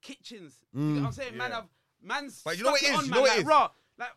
Speaker 3: kitchens. You know what I'm saying? Man,
Speaker 5: Yeah.
Speaker 3: I've man's.
Speaker 5: But you know what
Speaker 3: stuck
Speaker 5: it is?
Speaker 3: on,
Speaker 5: You
Speaker 3: man,
Speaker 5: know what it
Speaker 3: like,
Speaker 5: is?
Speaker 3: raw. Like,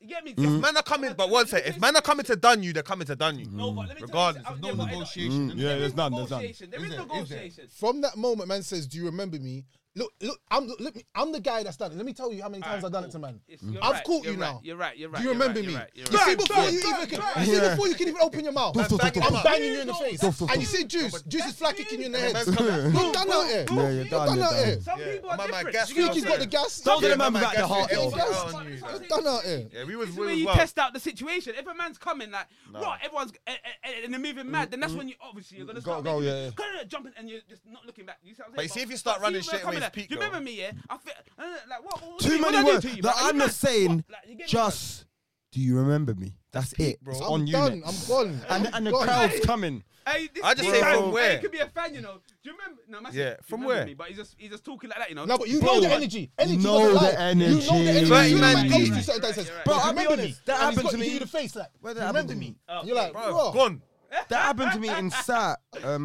Speaker 3: you get me?
Speaker 5: Man are coming, but one sec. If man are coming to dun you, they're coming to dun you.
Speaker 3: No, but let me
Speaker 5: Regardless,
Speaker 3: tell you,
Speaker 5: there's no
Speaker 3: something.
Speaker 5: negotiation.
Speaker 4: Yeah,
Speaker 3: there
Speaker 4: there's
Speaker 3: is
Speaker 4: none. There's none.
Speaker 3: negotiation. There is
Speaker 5: there? Is there?
Speaker 3: negotiation.
Speaker 6: From that moment, man says, "Do you remember me?" Look, look, I'm look, me, I'm the guy that's done it. Let me tell you how many times I've done it to man.
Speaker 3: It's- you're
Speaker 6: I've
Speaker 3: right,
Speaker 6: caught you
Speaker 3: you're right,
Speaker 6: now.
Speaker 3: You're right. You're right.
Speaker 6: Do you
Speaker 3: you're
Speaker 6: remember
Speaker 3: right,
Speaker 6: me?
Speaker 3: you're right, you're
Speaker 6: You
Speaker 3: right.
Speaker 6: see before you
Speaker 3: Bang,
Speaker 6: even can,
Speaker 3: bang,
Speaker 6: you see
Speaker 4: bang.
Speaker 6: before you can even open your mouth.
Speaker 4: Bang, bang,
Speaker 6: I'm
Speaker 5: bang.
Speaker 6: banging you in the face,
Speaker 4: Stop, stop,
Speaker 6: and you
Speaker 4: stop.
Speaker 6: see juice. Juice is flat kicking you in the head.
Speaker 5: Man's
Speaker 6: You're
Speaker 5: coming.
Speaker 6: done out here.
Speaker 4: Yeah, you're
Speaker 6: You're
Speaker 4: done,
Speaker 6: done
Speaker 4: you're
Speaker 6: out
Speaker 4: done.
Speaker 6: here.
Speaker 3: Some
Speaker 5: Yeah.
Speaker 3: people are
Speaker 5: My man
Speaker 3: different.
Speaker 5: gets
Speaker 3: You get what
Speaker 6: Speaky's
Speaker 3: I'm
Speaker 6: got the
Speaker 3: saying?
Speaker 6: gas.
Speaker 4: Don't let
Speaker 6: You're
Speaker 5: Yeah,
Speaker 4: him have
Speaker 5: my
Speaker 4: back
Speaker 5: man
Speaker 4: the
Speaker 5: gets
Speaker 4: heart.
Speaker 5: it.
Speaker 4: though.
Speaker 5: Everything
Speaker 3: That's
Speaker 5: out
Speaker 3: what
Speaker 5: on
Speaker 3: I'm
Speaker 5: you.
Speaker 3: saying.
Speaker 6: You're done out here.
Speaker 5: Yeah, we was
Speaker 3: This is
Speaker 5: we
Speaker 3: where
Speaker 5: was
Speaker 3: you
Speaker 5: well.
Speaker 3: test out the situation. If a man's coming like, right, everyone's eh, eh, eh, and they're moving mad, then that's when you obviously you're gonna
Speaker 4: Go-
Speaker 3: start
Speaker 4: go,
Speaker 3: making-
Speaker 4: yeah, yeah.
Speaker 3: go, go, go, jumping and you're just not looking back. You see what I'm
Speaker 5: But
Speaker 3: saying?
Speaker 5: you see if you start running
Speaker 3: see
Speaker 5: straight
Speaker 3: when
Speaker 5: away, it's
Speaker 3: I'm coming
Speaker 5: peak,
Speaker 3: like, Do you remember
Speaker 5: though."
Speaker 3: me? Yeah, I feel uh, like what? what- what
Speaker 4: Too
Speaker 3: what
Speaker 4: many
Speaker 3: did I do
Speaker 4: words.
Speaker 3: to you,
Speaker 4: No,
Speaker 3: man? Are you
Speaker 4: I'm
Speaker 3: mad?
Speaker 4: not saying.
Speaker 3: What? Like, you get me?
Speaker 4: Just, do you remember me? That's it. It's
Speaker 6: I'm
Speaker 4: on you.
Speaker 6: done.
Speaker 4: next.
Speaker 6: I'm gone.
Speaker 4: And
Speaker 6: I'm
Speaker 4: and the
Speaker 6: gone.
Speaker 4: crowd's coming.
Speaker 3: Hey, this
Speaker 5: I just
Speaker 3: big
Speaker 5: say
Speaker 3: fan-
Speaker 5: from
Speaker 3: hey,
Speaker 5: where?
Speaker 3: He could be a fan, you know. Do you remember? No, man,
Speaker 5: Yeah,
Speaker 3: you
Speaker 5: from
Speaker 3: remember
Speaker 5: where?
Speaker 3: Me, but he's just he's just talking like that, you know.
Speaker 6: No, but you
Speaker 4: Bro,
Speaker 6: know the energy. Energy
Speaker 4: know
Speaker 6: was
Speaker 4: the
Speaker 6: alive. You know the
Speaker 4: energy.
Speaker 6: energy.
Speaker 5: Right,
Speaker 6: you know
Speaker 5: man,
Speaker 6: when it comes
Speaker 5: deep.
Speaker 6: to certain times,
Speaker 3: Right, right,
Speaker 6: says, "Do you
Speaker 4: right. Bro, I'll be
Speaker 6: remember me?"
Speaker 4: honest, that
Speaker 6: And he's
Speaker 4: happened
Speaker 6: got-
Speaker 4: to
Speaker 6: he
Speaker 4: me.
Speaker 6: give you the face like,
Speaker 4: Where that
Speaker 6: "Do you
Speaker 4: happened
Speaker 6: remember
Speaker 4: to
Speaker 6: me?"
Speaker 4: me?
Speaker 6: And You're like,
Speaker 5: Bro,
Speaker 6: "Bro,
Speaker 5: gone.
Speaker 4: That happened to me in Sat.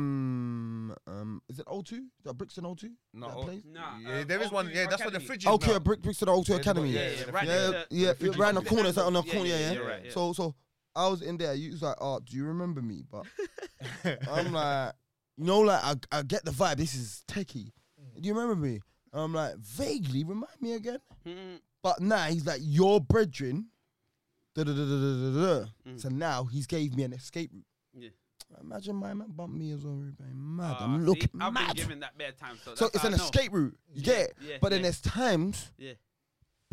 Speaker 4: Um, um, is it O2? That Brixton O2?
Speaker 5: No,
Speaker 4: that
Speaker 5: oh,
Speaker 4: place?
Speaker 3: Nah,
Speaker 5: Yeah,
Speaker 3: uh,
Speaker 5: there is
Speaker 3: Old
Speaker 5: one.
Speaker 3: Vic
Speaker 5: Yeah, that's where the
Speaker 3: Academy.
Speaker 5: fridge is.
Speaker 4: Okay,
Speaker 5: now.
Speaker 4: a Brick Brixton O2
Speaker 5: Yeah,
Speaker 4: Academy.
Speaker 5: yeah,
Speaker 3: yeah,
Speaker 4: yeah,
Speaker 3: right next
Speaker 4: yeah, yeah,
Speaker 3: to-
Speaker 4: yeah,
Speaker 5: the
Speaker 4: right in the
Speaker 5: fridge.
Speaker 4: corner. It's like on the
Speaker 3: Yeah,
Speaker 4: corner.
Speaker 3: yeah,
Speaker 4: Yeah,
Speaker 3: yeah,
Speaker 4: yeah.
Speaker 3: right, yeah.
Speaker 4: So, so I was in there. You was like, "Oh, do you remember me?" But I'm like, you know, like I, I get the vibe. This is techie. Do you remember me? I'm like, vaguely remind me again. But now he's like, your brethren. Da, da, da, da, da, da, da. So now he's gave me an escape route.
Speaker 3: Yeah.
Speaker 4: Imagine my man bumped me as well. Ruben. Mad.
Speaker 3: Ah,
Speaker 4: I'm
Speaker 3: see,
Speaker 4: looking
Speaker 3: I've been
Speaker 4: mad.
Speaker 3: given that bad time, so,
Speaker 4: so
Speaker 3: that's
Speaker 4: it's
Speaker 3: how
Speaker 4: an
Speaker 3: I know.
Speaker 4: escape route. You get it?
Speaker 3: yeah,
Speaker 4: but then
Speaker 3: yeah.
Speaker 4: there's times,
Speaker 3: Yeah.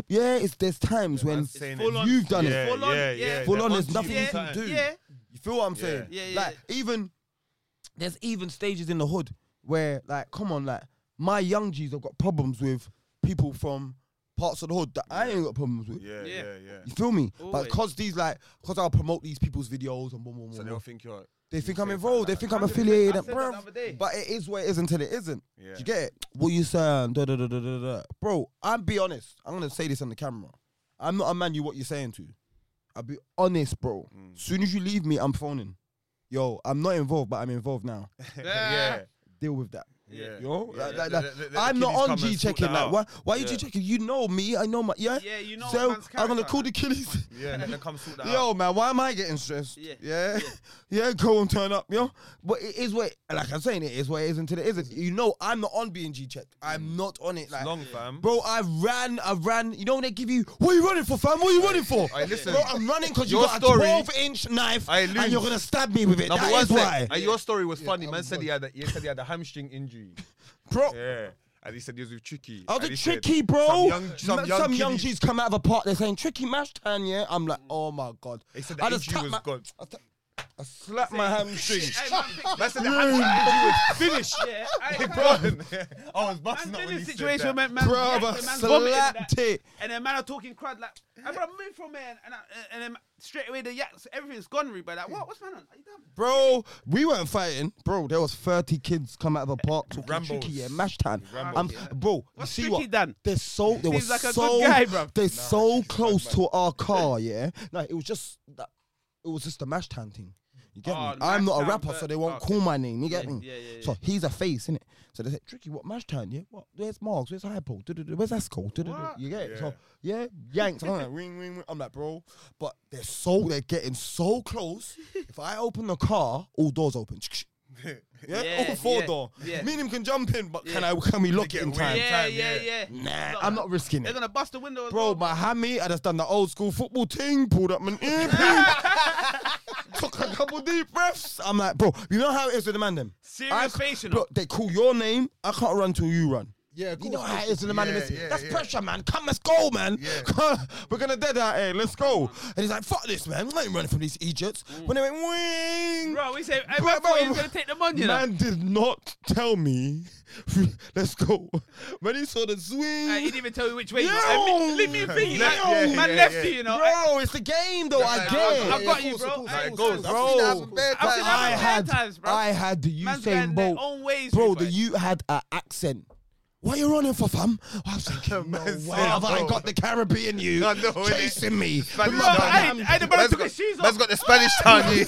Speaker 4: yeah, it's there's times when
Speaker 5: Saying
Speaker 3: full
Speaker 5: it.
Speaker 3: on.
Speaker 4: you've done it.
Speaker 5: Yeah,
Speaker 3: Full on,
Speaker 5: yeah,
Speaker 3: yeah.
Speaker 5: yeah.
Speaker 4: Full
Speaker 5: They're
Speaker 4: on, there's
Speaker 5: onto you
Speaker 4: nothing
Speaker 5: all
Speaker 4: you
Speaker 5: the
Speaker 4: can
Speaker 5: time.
Speaker 4: do.
Speaker 3: Yeah.
Speaker 4: You feel what I'm saying?
Speaker 3: Yeah, yeah,
Speaker 4: Like even there's even stages in the hood where like, come on, like my young G's have got problems with people from parts of the hood that I ain't got problems with.
Speaker 5: Yeah, yeah,
Speaker 3: Yeah.
Speaker 5: yeah.
Speaker 4: You feel me? But
Speaker 3: Always.
Speaker 4: cause these like, cause I'll promote these people's videos and boom, boom, boom.
Speaker 5: So
Speaker 4: boom.
Speaker 5: they'll think you're.
Speaker 4: They
Speaker 5: you
Speaker 4: think
Speaker 5: say
Speaker 4: I'm
Speaker 5: something
Speaker 4: involved. They
Speaker 5: like
Speaker 4: think
Speaker 5: that.
Speaker 4: I'm
Speaker 3: I
Speaker 4: affiliated.
Speaker 3: said that
Speaker 4: bruv.
Speaker 3: the other day.
Speaker 4: But it is what it is until it isn't.
Speaker 5: Yeah.
Speaker 4: Do you get it? What you saying? Da, da, da, da, da, da. Bro, I'm be honest. I'm gonna say this on the camera. I'm not a man you what you're saying to. I'll be honest, bro.
Speaker 5: Mm.
Speaker 4: Soon as you leave me, I'm phoning. Yo, I'm not involved, but I'm involved now.
Speaker 5: yeah.
Speaker 4: Deal with that.
Speaker 5: Yeah.
Speaker 4: Yo,
Speaker 5: Yeah,
Speaker 4: like-
Speaker 5: yeah.
Speaker 4: like-
Speaker 5: Let-
Speaker 4: like,
Speaker 5: let- let the
Speaker 4: I'm
Speaker 5: kiddies
Speaker 4: not
Speaker 5: come
Speaker 4: on
Speaker 5: and
Speaker 4: G
Speaker 5: sort that
Speaker 4: checking. Like,
Speaker 5: out.
Speaker 4: why? Why are you
Speaker 5: Yeah.
Speaker 4: G checking? You know me. I know my. Yeah.
Speaker 3: Yeah, you know
Speaker 4: So
Speaker 3: man's
Speaker 4: I'm gonna
Speaker 3: character.
Speaker 4: call the kiddies.
Speaker 5: Yeah, and then come sort that out.
Speaker 4: Yo, man, why am I getting stressed?
Speaker 3: Yeah.
Speaker 4: yeah, yeah. Go and turn up, yo. But it is what, like I'm saying, it is what it is until it isn't. You know, I'm not on being G checked. I'm not on it. Like,
Speaker 5: Mm. Long, fam.
Speaker 4: bro, I ran, I ran. You know when they give you, what are you running for, fam? What are you running for?
Speaker 5: Aye, listen.
Speaker 4: bro, I'm running because you
Speaker 5: Your
Speaker 4: got
Speaker 5: story-
Speaker 4: a 12 inch knife
Speaker 5: Aye,
Speaker 4: and you're
Speaker 5: Loons.
Speaker 4: gonna stab me with it.
Speaker 5: Number
Speaker 4: That
Speaker 5: one
Speaker 4: is
Speaker 5: thing,
Speaker 4: why,
Speaker 5: And your story was funny.
Speaker 7: I'm
Speaker 5: Man said he had a, he said he had a hamstring injury.
Speaker 4: bro.
Speaker 5: Yeah. And he said he was with Tricky.
Speaker 4: I
Speaker 5: And
Speaker 4: was
Speaker 5: he
Speaker 4: a
Speaker 5: said,
Speaker 4: tricky, bro.
Speaker 5: Some young, some young, kiddies-
Speaker 4: G's come out of a park. They're saying tricky mash tan, yeah. I'm like, oh my god.
Speaker 5: He said
Speaker 4: I
Speaker 5: the
Speaker 4: just
Speaker 5: injury was
Speaker 4: tapped my-
Speaker 5: gone.
Speaker 4: I ta- I slapped my hamstring.
Speaker 3: Hey, man, pick-
Speaker 5: Man said the hamstring injury was finished.
Speaker 3: yeah, I,
Speaker 5: Hey,
Speaker 3: I-
Speaker 5: bro. I was busting up
Speaker 3: Man's been
Speaker 5: when
Speaker 3: in
Speaker 5: he
Speaker 3: a
Speaker 5: said
Speaker 3: situation where
Speaker 5: that.
Speaker 3: man, man's
Speaker 4: Bruv,
Speaker 3: yeah,
Speaker 4: I
Speaker 3: man's vomiting and
Speaker 4: slapped
Speaker 3: that,
Speaker 4: it.
Speaker 3: and then man are talking crud like, "Hey, bro, I'm in from man," and I, and then straight away the yaks, everything's gone. But like, what? What's man on? Are you done?
Speaker 4: Bro, we weren't fighting. Bro, there was 30 kids come out of a park talking
Speaker 5: Rambos.
Speaker 4: tricky yeah, mash tan.
Speaker 5: Rambos,
Speaker 4: I'm,
Speaker 3: yeah.
Speaker 4: bro,
Speaker 3: What's
Speaker 4: you see
Speaker 3: Tricky
Speaker 4: what?
Speaker 3: done?
Speaker 4: They're so they were
Speaker 3: Seems like a good
Speaker 4: so
Speaker 3: guy, bruv.
Speaker 4: they're so close to our car, yeah. No, it was just that it was just the mash tan thing. You get
Speaker 3: Oh,
Speaker 4: me? I'm not a
Speaker 3: Mashtan,
Speaker 4: rapper,
Speaker 3: but- oh,
Speaker 4: so they won't
Speaker 3: okay.
Speaker 4: call my name. You get
Speaker 3: Yeah,
Speaker 4: me?
Speaker 3: yeah, yeah,
Speaker 4: So he's a face, innit? So they said, Tricky, what mash tan? Yeah, what? Where's Marks? Where's Hypo? Du-du-du, Where's Esco? Du-du-du."
Speaker 3: What?
Speaker 4: You get it? So yeah, yanks. I'm like ring, ring, ring. I'm like, bro, but they're so they're getting so close. if I open the car, all doors open. Yeah,
Speaker 3: Yeah,
Speaker 4: all four
Speaker 3: yeah,
Speaker 4: door.
Speaker 3: yeah.
Speaker 4: Me and him can jump in, but can I can we lock it
Speaker 5: get
Speaker 4: in
Speaker 5: away.
Speaker 4: time?
Speaker 3: Yeah,
Speaker 5: time,
Speaker 3: yeah,
Speaker 5: yeah.
Speaker 3: yeah.
Speaker 4: Nah, I'm not risking
Speaker 3: They're
Speaker 4: it.
Speaker 3: gonna bust the window. as
Speaker 4: Bro,
Speaker 3: well.
Speaker 4: my hammy, I just done the old school football thing, pulled up my ear, ping. took a couple deep breaths. I'm like, bro, you know how it is with the man them?
Speaker 3: Serious
Speaker 4: I-
Speaker 3: face, you know.
Speaker 4: Bro, they call your name, I can't run till you run.
Speaker 7: Yeah, of
Speaker 4: You know
Speaker 7: course.
Speaker 4: how it is with the man them?
Speaker 5: Yeah,
Speaker 4: It's-
Speaker 5: yeah,
Speaker 4: That's
Speaker 5: yeah.
Speaker 4: pressure, man. Come, let's go, man. We're gonna dead out here, let's go. And he's like, fuck this, man. I ain't running from these idiots. When they went, wing.
Speaker 3: Mm. Bro, we say, hey,
Speaker 4: Bro,
Speaker 3: man,
Speaker 4: bro,
Speaker 3: thought he was gonna take them on, you know.
Speaker 4: Man did not tell me. Let's go. When he saw the swing,
Speaker 3: Hey, he didn't even tell you which way. you
Speaker 4: Yo!
Speaker 3: know. Hey, leave me in peace.
Speaker 4: Yeah,
Speaker 3: Like,
Speaker 4: yeah,
Speaker 3: man
Speaker 5: yeah,
Speaker 3: left
Speaker 5: yeah.
Speaker 3: you, you know. Hey,
Speaker 4: bro, it's the game though. I
Speaker 5: Like,
Speaker 4: get.
Speaker 5: I've-
Speaker 4: it.
Speaker 3: I've got you, bro.
Speaker 5: Like,
Speaker 3: Hey,
Speaker 5: it goes.
Speaker 4: Bro,
Speaker 5: I've seen that happen bare
Speaker 3: I've
Speaker 5: times.
Speaker 3: seen that
Speaker 4: I
Speaker 3: happen
Speaker 4: had,
Speaker 3: bare times, bro.
Speaker 4: I had the
Speaker 3: Man's
Speaker 4: Usain
Speaker 3: going their
Speaker 4: Bolt.
Speaker 3: own ways,
Speaker 4: bro,
Speaker 3: with
Speaker 4: the
Speaker 3: it.
Speaker 4: you had an accent. What you running for, fam? I was thinking, no
Speaker 5: Man
Speaker 4: way
Speaker 5: said,
Speaker 4: have I
Speaker 5: bro.
Speaker 4: got the Caribbean you
Speaker 5: I know, innit?
Speaker 4: chasing me.
Speaker 5: Spanish
Speaker 4: Remember,
Speaker 3: Bro,
Speaker 5: down.
Speaker 3: hey, hey, the brother
Speaker 5: Man's
Speaker 3: took
Speaker 5: got-
Speaker 3: his shoes off.
Speaker 5: man's got the Spanish town here.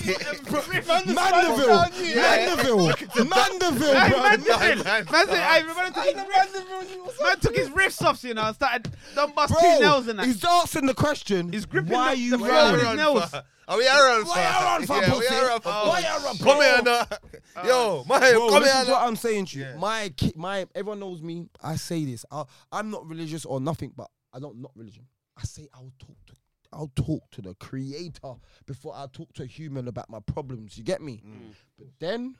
Speaker 3: Man's
Speaker 4: Mandeville,
Speaker 3: Yeah.
Speaker 4: Mandeville, Mandeville,
Speaker 3: Hey,
Speaker 4: bro.
Speaker 3: man, listen.
Speaker 5: Nine, nine,
Speaker 3: Man said,
Speaker 5: nine.
Speaker 3: hey, man took his riffs- man took his riffs off, you know, and started, done bust two nails in that.
Speaker 4: he's asking the question.
Speaker 3: He's gripping
Speaker 4: why
Speaker 3: the-
Speaker 4: you
Speaker 3: the
Speaker 5: We are
Speaker 3: Aaron
Speaker 5: on
Speaker 4: running?
Speaker 3: Nels.
Speaker 5: fire. Are we Aaron
Speaker 4: Why Aaron for,
Speaker 5: Yeah, we
Speaker 4: pussy?
Speaker 5: Aaron for.
Speaker 4: Why Aaron for?
Speaker 5: Come here now. Yo, my,
Speaker 4: Bro,
Speaker 5: come
Speaker 4: this
Speaker 5: here
Speaker 4: is what
Speaker 5: now.
Speaker 4: I'm saying to you. My ki- my everyone knows me. I say this. I, I'm not religious or nothing, but I don't not religion. I say I'll talk to I'll talk to the creator before I talk to a human about my problems. You get me? But then,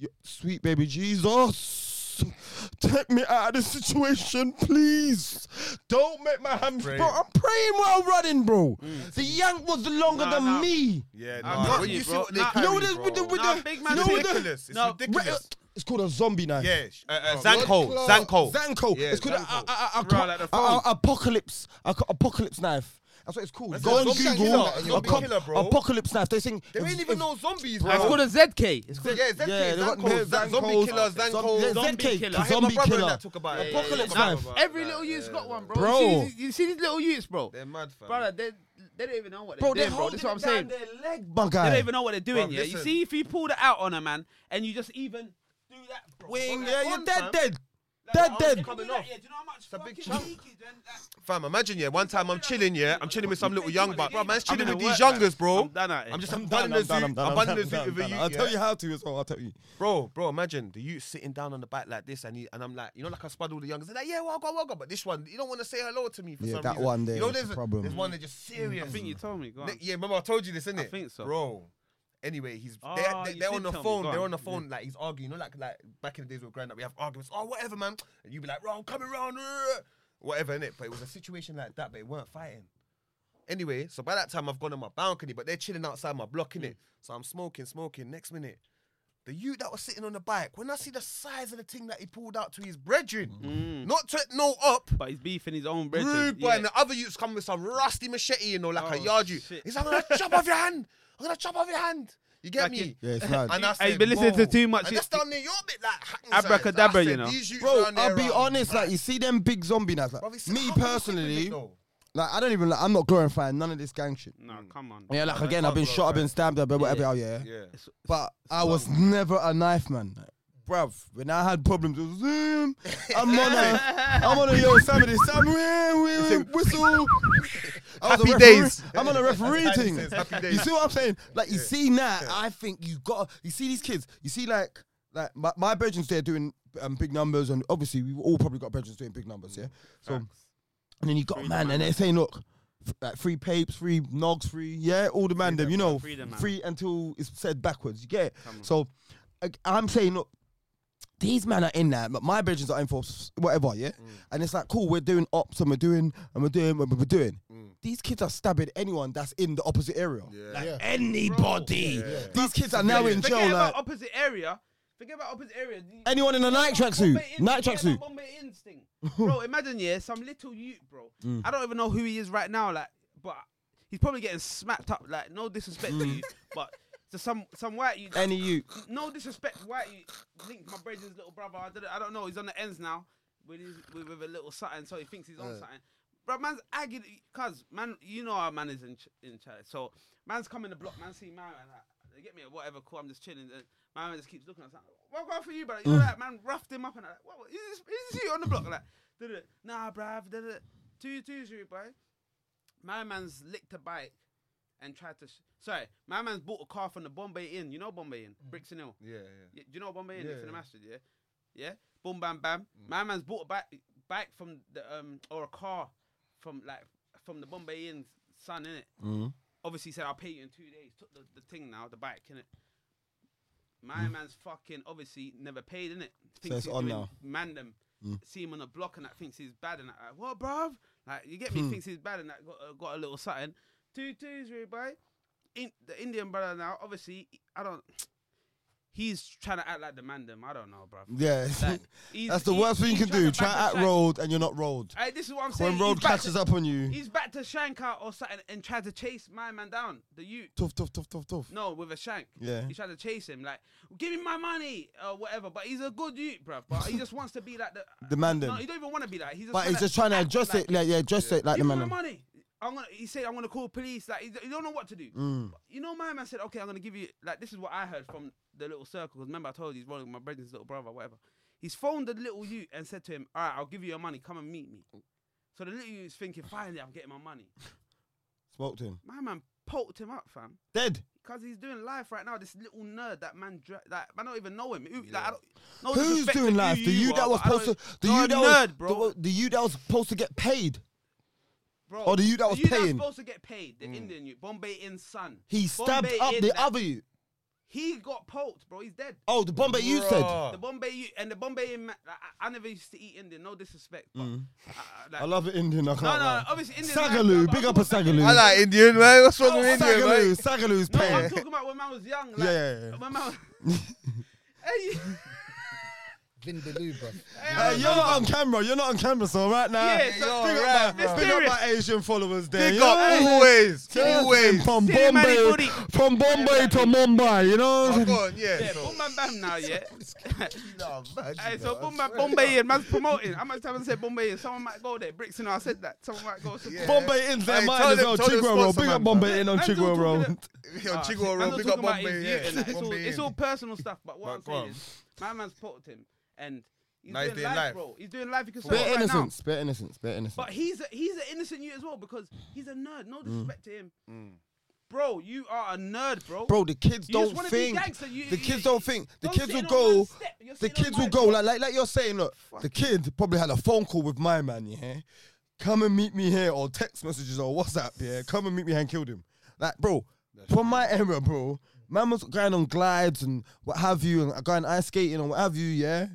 Speaker 4: y- sweet baby Jesus. Take me out of this situation, please. Don't make my hands.
Speaker 5: Pray.
Speaker 4: Bro, I'm praying while running, bro. The yank was longer
Speaker 3: Nah,
Speaker 4: than
Speaker 3: nah.
Speaker 4: me.
Speaker 5: Yeah,
Speaker 3: I'm
Speaker 5: nah,
Speaker 3: with
Speaker 5: when
Speaker 3: you,
Speaker 5: you see
Speaker 3: bro.
Speaker 5: what they
Speaker 3: Nah.
Speaker 5: carry,
Speaker 4: No, with the- with the-
Speaker 5: bro.
Speaker 4: with
Speaker 3: Nah, big man
Speaker 4: No,
Speaker 3: took
Speaker 4: the-
Speaker 3: his-
Speaker 5: ridiculous. It's
Speaker 3: No.
Speaker 5: ridiculous.
Speaker 4: It's called a zombie knife.
Speaker 5: Yeah, sh- uh, uh, Zanko, Zanko.
Speaker 4: Zanko.
Speaker 5: Yeah,
Speaker 4: it's called a-
Speaker 5: Zanko.
Speaker 4: a- a- a-
Speaker 3: Bro,
Speaker 4: co-
Speaker 3: like the
Speaker 4: a-
Speaker 3: phone.
Speaker 4: a- apocalypse. A co- apocalypse knife. That's what it's called.
Speaker 5: That's
Speaker 4: Go
Speaker 5: a
Speaker 4: on
Speaker 5: zombie
Speaker 4: Google.
Speaker 5: killer, a zombie
Speaker 4: aco-
Speaker 5: killer, bro.
Speaker 4: Apocalypse knife. They think
Speaker 5: There ain't even no zombies, bro.
Speaker 3: It's called a ZK. It's called
Speaker 5: Yeah, Zanko,
Speaker 4: Yeah, they got
Speaker 5: Zanko,
Speaker 4: names,
Speaker 5: Zan- zombie
Speaker 4: Zankos.
Speaker 5: killer,
Speaker 4: Zombie-
Speaker 5: Zanko.
Speaker 3: Zombie
Speaker 4: ZK,
Speaker 3: killer.
Speaker 4: the
Speaker 5: I heard my
Speaker 4: zombie
Speaker 5: brother and
Speaker 4: killer.
Speaker 5: that talk about it.
Speaker 4: Apocalypse
Speaker 5: Yeah, yeah,
Speaker 4: knife.
Speaker 5: yeah.
Speaker 3: Every little youth's got one, bro.
Speaker 4: Bro.
Speaker 3: You see, these- you see these little youths, bro.
Speaker 5: They're mad, fam.
Speaker 3: Brother, they they don't even know what they're
Speaker 4: Bro, they're
Speaker 3: doing, bro.
Speaker 4: holding
Speaker 3: That's what I'm
Speaker 4: it down
Speaker 3: saying.
Speaker 4: their leg,
Speaker 3: They don't
Speaker 4: bugger.
Speaker 3: even know what they're doing.
Speaker 5: Bruv,
Speaker 3: yeah, you
Speaker 5: listen.
Speaker 3: see, if you pull that out on a man and you just even do that, bro.
Speaker 4: Wing,
Speaker 3: Like,
Speaker 4: yeah,
Speaker 3: on
Speaker 4: you're dead,
Speaker 3: time,
Speaker 4: dead.
Speaker 3: like,
Speaker 4: Dead,
Speaker 3: on-
Speaker 4: dead.
Speaker 3: if you do that, yeah, do you know how much
Speaker 5: a big
Speaker 3: fucking
Speaker 5: chunk.
Speaker 3: leakage and that-
Speaker 5: Fam, imagine, yeah, one time I'm chilling, yeah, I'm chilling with some little young buck. Bro, man's
Speaker 3: I'm
Speaker 5: chilling
Speaker 3: in
Speaker 5: with
Speaker 3: a
Speaker 5: these
Speaker 3: work,
Speaker 5: youngers, bro.
Speaker 3: I'm done at it.
Speaker 5: I'm just,
Speaker 4: I'm
Speaker 5: I'm
Speaker 4: done,
Speaker 5: bunning the
Speaker 4: I'm
Speaker 5: zoo.
Speaker 4: done,
Speaker 5: I'm
Speaker 4: I'm done, I'm
Speaker 5: bunning the
Speaker 4: done,
Speaker 5: zoo
Speaker 4: I'm
Speaker 5: with a
Speaker 4: done.
Speaker 5: youth.
Speaker 4: I'll tell
Speaker 5: yeah.
Speaker 4: you how to as well. I'll tell you.
Speaker 5: Bro, bro, imagine the youth sitting down on the bike like this, and he, and I'm like, you know, like I spud all the youngers. They're like, yeah, well, go, well, go, but this one, you don't want to say hello to me for
Speaker 4: Yeah,
Speaker 5: some
Speaker 4: that
Speaker 5: reason.
Speaker 4: one there
Speaker 5: You know,
Speaker 4: is the
Speaker 5: there's
Speaker 4: problem.
Speaker 5: There's one that just serious.
Speaker 3: I think you told me. Go on.
Speaker 5: Ne- yeah, remember I told you this, innit?
Speaker 3: I think so.
Speaker 5: bro. Anyway, he's
Speaker 3: Ah,
Speaker 5: they're,
Speaker 3: you
Speaker 5: they, they're
Speaker 3: did
Speaker 5: on the
Speaker 3: tell me.
Speaker 5: phone.
Speaker 3: Go
Speaker 5: They're
Speaker 3: on.
Speaker 5: on the phone. Like he's arguing. You know, like like back in the days we were growing up, we have arguments. Oh, whatever, man. And you'd be like, bro, I'm coming round. uh, Whatever, innit? But it was a situation like that, but it weren't fighting.
Speaker 8: Anyway, so by that time I've gone on my balcony, but they're chilling outside my block, innit?
Speaker 3: Mm.
Speaker 8: So I'm smoking, smoking. Next minute, the youth that was sitting on the bike, when I see the size of the thing that he pulled out to his brethren,
Speaker 3: Mm.
Speaker 8: not to no up,
Speaker 9: But he's beefing his own bread.
Speaker 8: rude boy, and the other youths come with some rusty machete, you know, like a
Speaker 9: Oh,
Speaker 8: yard you.
Speaker 9: shit.
Speaker 8: He's like, I'm gonna chop off your hand. I'm gonna chop off your hand. You get
Speaker 9: Like
Speaker 8: me?
Speaker 9: it-
Speaker 4: Yeah, it's mad.
Speaker 8: And I
Speaker 9: Hey,
Speaker 8: said,
Speaker 9: he's been listening to
Speaker 8: "Whoa."
Speaker 9: too much
Speaker 8: And
Speaker 9: hip-
Speaker 8: that's down near your bit, like hacking
Speaker 9: Abracadabra,
Speaker 8: signs. I
Speaker 9: you
Speaker 8: said,
Speaker 9: know.
Speaker 8: These youths
Speaker 4: Bro,
Speaker 8: down there um,
Speaker 4: I'll be
Speaker 8: are-
Speaker 4: honest, like you see them big zombie nights. Like,
Speaker 8: Bruv, it's- how
Speaker 4: me
Speaker 8: can you
Speaker 4: personally,
Speaker 8: keep it though?
Speaker 4: like I don't even like I'm not glorifying none of this gang shit.
Speaker 9: No, come on.
Speaker 4: Yeah, like again, I've
Speaker 8: can't
Speaker 4: been shot, I've been
Speaker 8: glorify.
Speaker 4: stabbed, I've been whatever out here.
Speaker 8: Yeah.
Speaker 4: But I was never a knife man. Like, Bruv, when I had problems, it was "Um, I'm on a I'm on a Yosemite Sam wee, wee, wee, whistle. I was a
Speaker 8: Happy
Speaker 4: referee.
Speaker 8: days.
Speaker 4: I'm on a referee
Speaker 8: Happy
Speaker 4: thing.
Speaker 8: days, happy
Speaker 4: You
Speaker 8: days.
Speaker 4: see what I'm saying? Like you see now, I think you got you see these kids. You see like like my, my brethren's there doing um, big numbers, and obviously we all probably got brethren's doing big numbers, yeah. So and then you got a man, and they're saying look. f- Like free papes, free nogs, free yeah, all the man them, you know,
Speaker 9: Free the man.
Speaker 4: free until it's said backwards. You get it? So I, I'm saying, look, these men are in there, but my bridges are in for s- whatever, yeah?
Speaker 3: Mm.
Speaker 4: And it's like, cool, we're doing ops and we're doing and we're doing and we're doing.
Speaker 3: Mm.
Speaker 4: These kids are stabbing anyone that's in the opposite area. Like
Speaker 6: Yeah.
Speaker 4: anybody. These kids are now in
Speaker 3: Forget
Speaker 4: jail.
Speaker 3: about
Speaker 4: Like,
Speaker 3: opposite area. Forget about opposite area. You-
Speaker 4: anyone in a night
Speaker 3: Forget about
Speaker 4: tracksuit.
Speaker 3: Bombay Inns,
Speaker 4: Night
Speaker 3: forget about
Speaker 4: tracksuit.
Speaker 3: Bombay Inns thing. bro, imagine, yeah, some little youth, bro.
Speaker 4: Mm.
Speaker 3: I don't even know who he is right now, like, but he's probably getting smacked up. Like, no disrespect
Speaker 4: Mm.
Speaker 3: to you, but to some some white youth.
Speaker 4: Any you.
Speaker 3: no disrespect, white youth. Linked my brother's little brother. I don't, I don't know. He's on the ends now with his, with, with a little something, so he thinks he's on something. Bro, man's agony, cause man, you know our man is in ch- in charge. So man's coming the block, man see man, and I, they get me at whatever. Cool, I'm just chilling. And my man just keeps looking at something. What going for you, brother? You know that man roughed him up and I'm like, what, what- is this is this you on the block? Like, "Duh-duh." nah, bruv, duh-duh. two two you, boy. My man's licked a bike and tried to. Sh- Sorry, my man's bought a car from the Bombay Inn. You know Bombay Inn, Bricks and Hill.
Speaker 8: Yeah,
Speaker 3: Yeah, do you know what Bombay Inn is in
Speaker 8: Yeah.
Speaker 3: the Masjid? Yeah, yeah. Boom, bam, bam.
Speaker 4: Mm.
Speaker 3: My man's bought a bike, bike from the um or a car from like from the Bombay Inn's son in it.
Speaker 4: Mm.
Speaker 3: Obviously he said I'll pay you in two days. Took the, the thing now, the bike in it. My man's fucking obviously never paid in it.
Speaker 4: Mm. it's on now. Mm.
Speaker 3: Man them see him on a block and that thinks he's bad and that like, what, bruv? Like you get me?
Speaker 4: Hmm.
Speaker 3: Thinks he's bad and that got, uh, got a little something. Two twos, really, boy. In, the Indian brother now, obviously, I don't. He's trying to act like the man them. I don't know, bruv.
Speaker 4: Yeah.
Speaker 3: Like, he's-
Speaker 4: that's the
Speaker 3: he-
Speaker 4: worst thing you
Speaker 3: he's
Speaker 4: can do.
Speaker 3: trying to
Speaker 4: Try
Speaker 3: back
Speaker 4: at
Speaker 3: the shank.
Speaker 4: road and you're not road.
Speaker 3: Hey, this is what I'm saying.
Speaker 4: When road
Speaker 3: he's back
Speaker 4: catches
Speaker 3: to,
Speaker 4: up on you.
Speaker 3: he's back to shank out or something and tried to chase my man down. The you
Speaker 4: Tough, tough, tough, tough, tough.
Speaker 3: no with a shank.
Speaker 4: Yeah.
Speaker 3: he tried to chase him like, give me my money or whatever. But he's a good youth, bruv. But he just wants to be like the
Speaker 4: The man them.
Speaker 3: No, he don't even want to be like. He's just
Speaker 4: But he's
Speaker 3: wanna
Speaker 4: just trying to
Speaker 3: act
Speaker 4: adjust
Speaker 3: like
Speaker 4: it, like yeah, adjust it like the
Speaker 3: Give me
Speaker 4: man.
Speaker 3: my
Speaker 4: them.
Speaker 3: money. I'm gonna. He said I'm gonna call police. Like he, he don't know what to do.
Speaker 4: Mm.
Speaker 3: But You know, my man said, okay, I'm gonna give you. Like this is what I heard from the little circle. Because remember, I told you he's rolling with my brother's little brother, whatever. He's phoned the little you and said to him, all right, I'll give you your money. Come and meet me. So the little you's thinking, finally, I'm getting my money.
Speaker 4: Smoked him.
Speaker 3: My man poked him up, fam.
Speaker 4: Dead.
Speaker 3: Cause he's doing life right now. This little nerd, that man, dra- like I don't even know him. Who, like, I don't, no
Speaker 4: Who's
Speaker 3: disrespect Oh, to
Speaker 4: doing
Speaker 3: who
Speaker 4: life? The you
Speaker 3: are,
Speaker 4: that was
Speaker 3: but I don't
Speaker 4: supposed to,
Speaker 3: even-
Speaker 4: the
Speaker 3: You're
Speaker 4: you
Speaker 3: a
Speaker 4: that was,
Speaker 3: nerd,
Speaker 4: the-
Speaker 3: bro.
Speaker 4: the you that was supposed to get paid.
Speaker 3: bro.
Speaker 4: Or Oh, the you that was
Speaker 3: you
Speaker 4: paying.
Speaker 3: supposed to get paid,
Speaker 8: Mm.
Speaker 3: the Indian you, Bombay in son.
Speaker 4: He stabbed
Speaker 3: Bombay
Speaker 4: up
Speaker 3: Inn,
Speaker 4: the
Speaker 3: like,
Speaker 4: other you.
Speaker 3: He got poked, bro. He's dead.
Speaker 4: Oh, the bomb that you said.
Speaker 8: Bruh.
Speaker 3: The Bombay you and the Bombay in. Like, I, I never used to eat Indian. No disrespect. But,
Speaker 4: Mm.
Speaker 3: I- I- like-
Speaker 4: I love it, Indian. I can't
Speaker 3: No, no,
Speaker 4: lie.
Speaker 3: obviously Indian.
Speaker 4: Sagaloo,
Speaker 3: like, but
Speaker 4: big
Speaker 3: I'm
Speaker 4: up a
Speaker 3: talking about-
Speaker 4: Sagaloo.
Speaker 8: I like Indian, man. What's wrong with Indian, man?
Speaker 4: Sagaloo, Sagaloo's
Speaker 3: No, I'm
Speaker 4: paying.
Speaker 3: talking about when I was young. Like,
Speaker 4: Yeah, yeah, yeah.
Speaker 3: When I was. hey,
Speaker 6: Vindaloo, bro.
Speaker 4: Hey, you're not on camera. You're not on camera, so right now.
Speaker 3: Yeah,
Speaker 4: big,
Speaker 3: so-
Speaker 4: up my, big up
Speaker 3: Mysterious.
Speaker 4: my Asian followers there.
Speaker 8: Big
Speaker 4: you
Speaker 8: up
Speaker 4: know?
Speaker 8: always,
Speaker 4: Yeah.
Speaker 8: always.
Speaker 4: From
Speaker 3: Silly Manny
Speaker 4: Bombay,
Speaker 3: Booty.
Speaker 4: from Bombay to Mumbai, you know.
Speaker 8: Oh, go on, yeah.
Speaker 3: yeah,
Speaker 8: so-
Speaker 3: boom bam bam now, yeah.
Speaker 8: Nah, imagine
Speaker 3: Hey, so
Speaker 8: that,
Speaker 3: boom
Speaker 8: I
Speaker 3: bam Bombay in, man's promoting. How much time I said Bombay in? Someone might go there. Bricks, you know, I said that. Someone might go. so-
Speaker 4: Bombay Inns there,
Speaker 8: Hey,
Speaker 4: might
Speaker 8: tell
Speaker 4: as
Speaker 8: them-
Speaker 4: well.
Speaker 8: tell them
Speaker 4: Chigwell Road,
Speaker 8: sponsor
Speaker 4: big up
Speaker 8: man,
Speaker 4: Bombay Inn on
Speaker 3: Man's all
Speaker 4: Chigwell
Speaker 3: talking
Speaker 4: Road.
Speaker 3: about-
Speaker 8: swear. Yo,
Speaker 3: Ah,
Speaker 8: Chigo
Speaker 3: shit, man's
Speaker 8: Road,
Speaker 3: all
Speaker 8: big
Speaker 3: talking
Speaker 8: up
Speaker 3: about
Speaker 8: Bombay,
Speaker 3: his
Speaker 8: yeah.
Speaker 3: youth and that. It's, all,
Speaker 8: Bombay
Speaker 3: it's
Speaker 8: in.
Speaker 3: all personal stuff, but what
Speaker 8: But
Speaker 3: I'm
Speaker 8: go
Speaker 3: saying
Speaker 8: on.
Speaker 3: is, my man's poked him, and he's
Speaker 8: Now he's
Speaker 3: doing,
Speaker 8: doing
Speaker 3: life,
Speaker 8: life.
Speaker 3: bro. He's doing life. You can say
Speaker 4: Bare
Speaker 3: right now.
Speaker 4: innocence, bare innocence, bare innocence.
Speaker 3: But he's a, he's an innocent you as well because he's a nerd.
Speaker 8: Mm.
Speaker 3: No disrespect to him, bro. You are a nerd, bro.
Speaker 4: Bro, the kids
Speaker 3: You just
Speaker 4: don't
Speaker 3: wanna be
Speaker 4: think.
Speaker 3: gangster, you-
Speaker 4: the
Speaker 3: you-
Speaker 4: kids don't think. The
Speaker 3: don't
Speaker 4: kids will
Speaker 3: sit on
Speaker 4: go.
Speaker 3: one step, you're
Speaker 4: The
Speaker 3: sitting on
Speaker 4: kids will
Speaker 3: my
Speaker 4: go.
Speaker 3: step.
Speaker 4: Like, like like you're saying, look, the kid probably had a phone call with my man, yeah. Come and meet me here, or text messages, or WhatsApp, yeah. Come and meet me here and killed him. Like, bro, from my area, bro, man was going on glides and what have you, and going ice skating and what have you, yeah.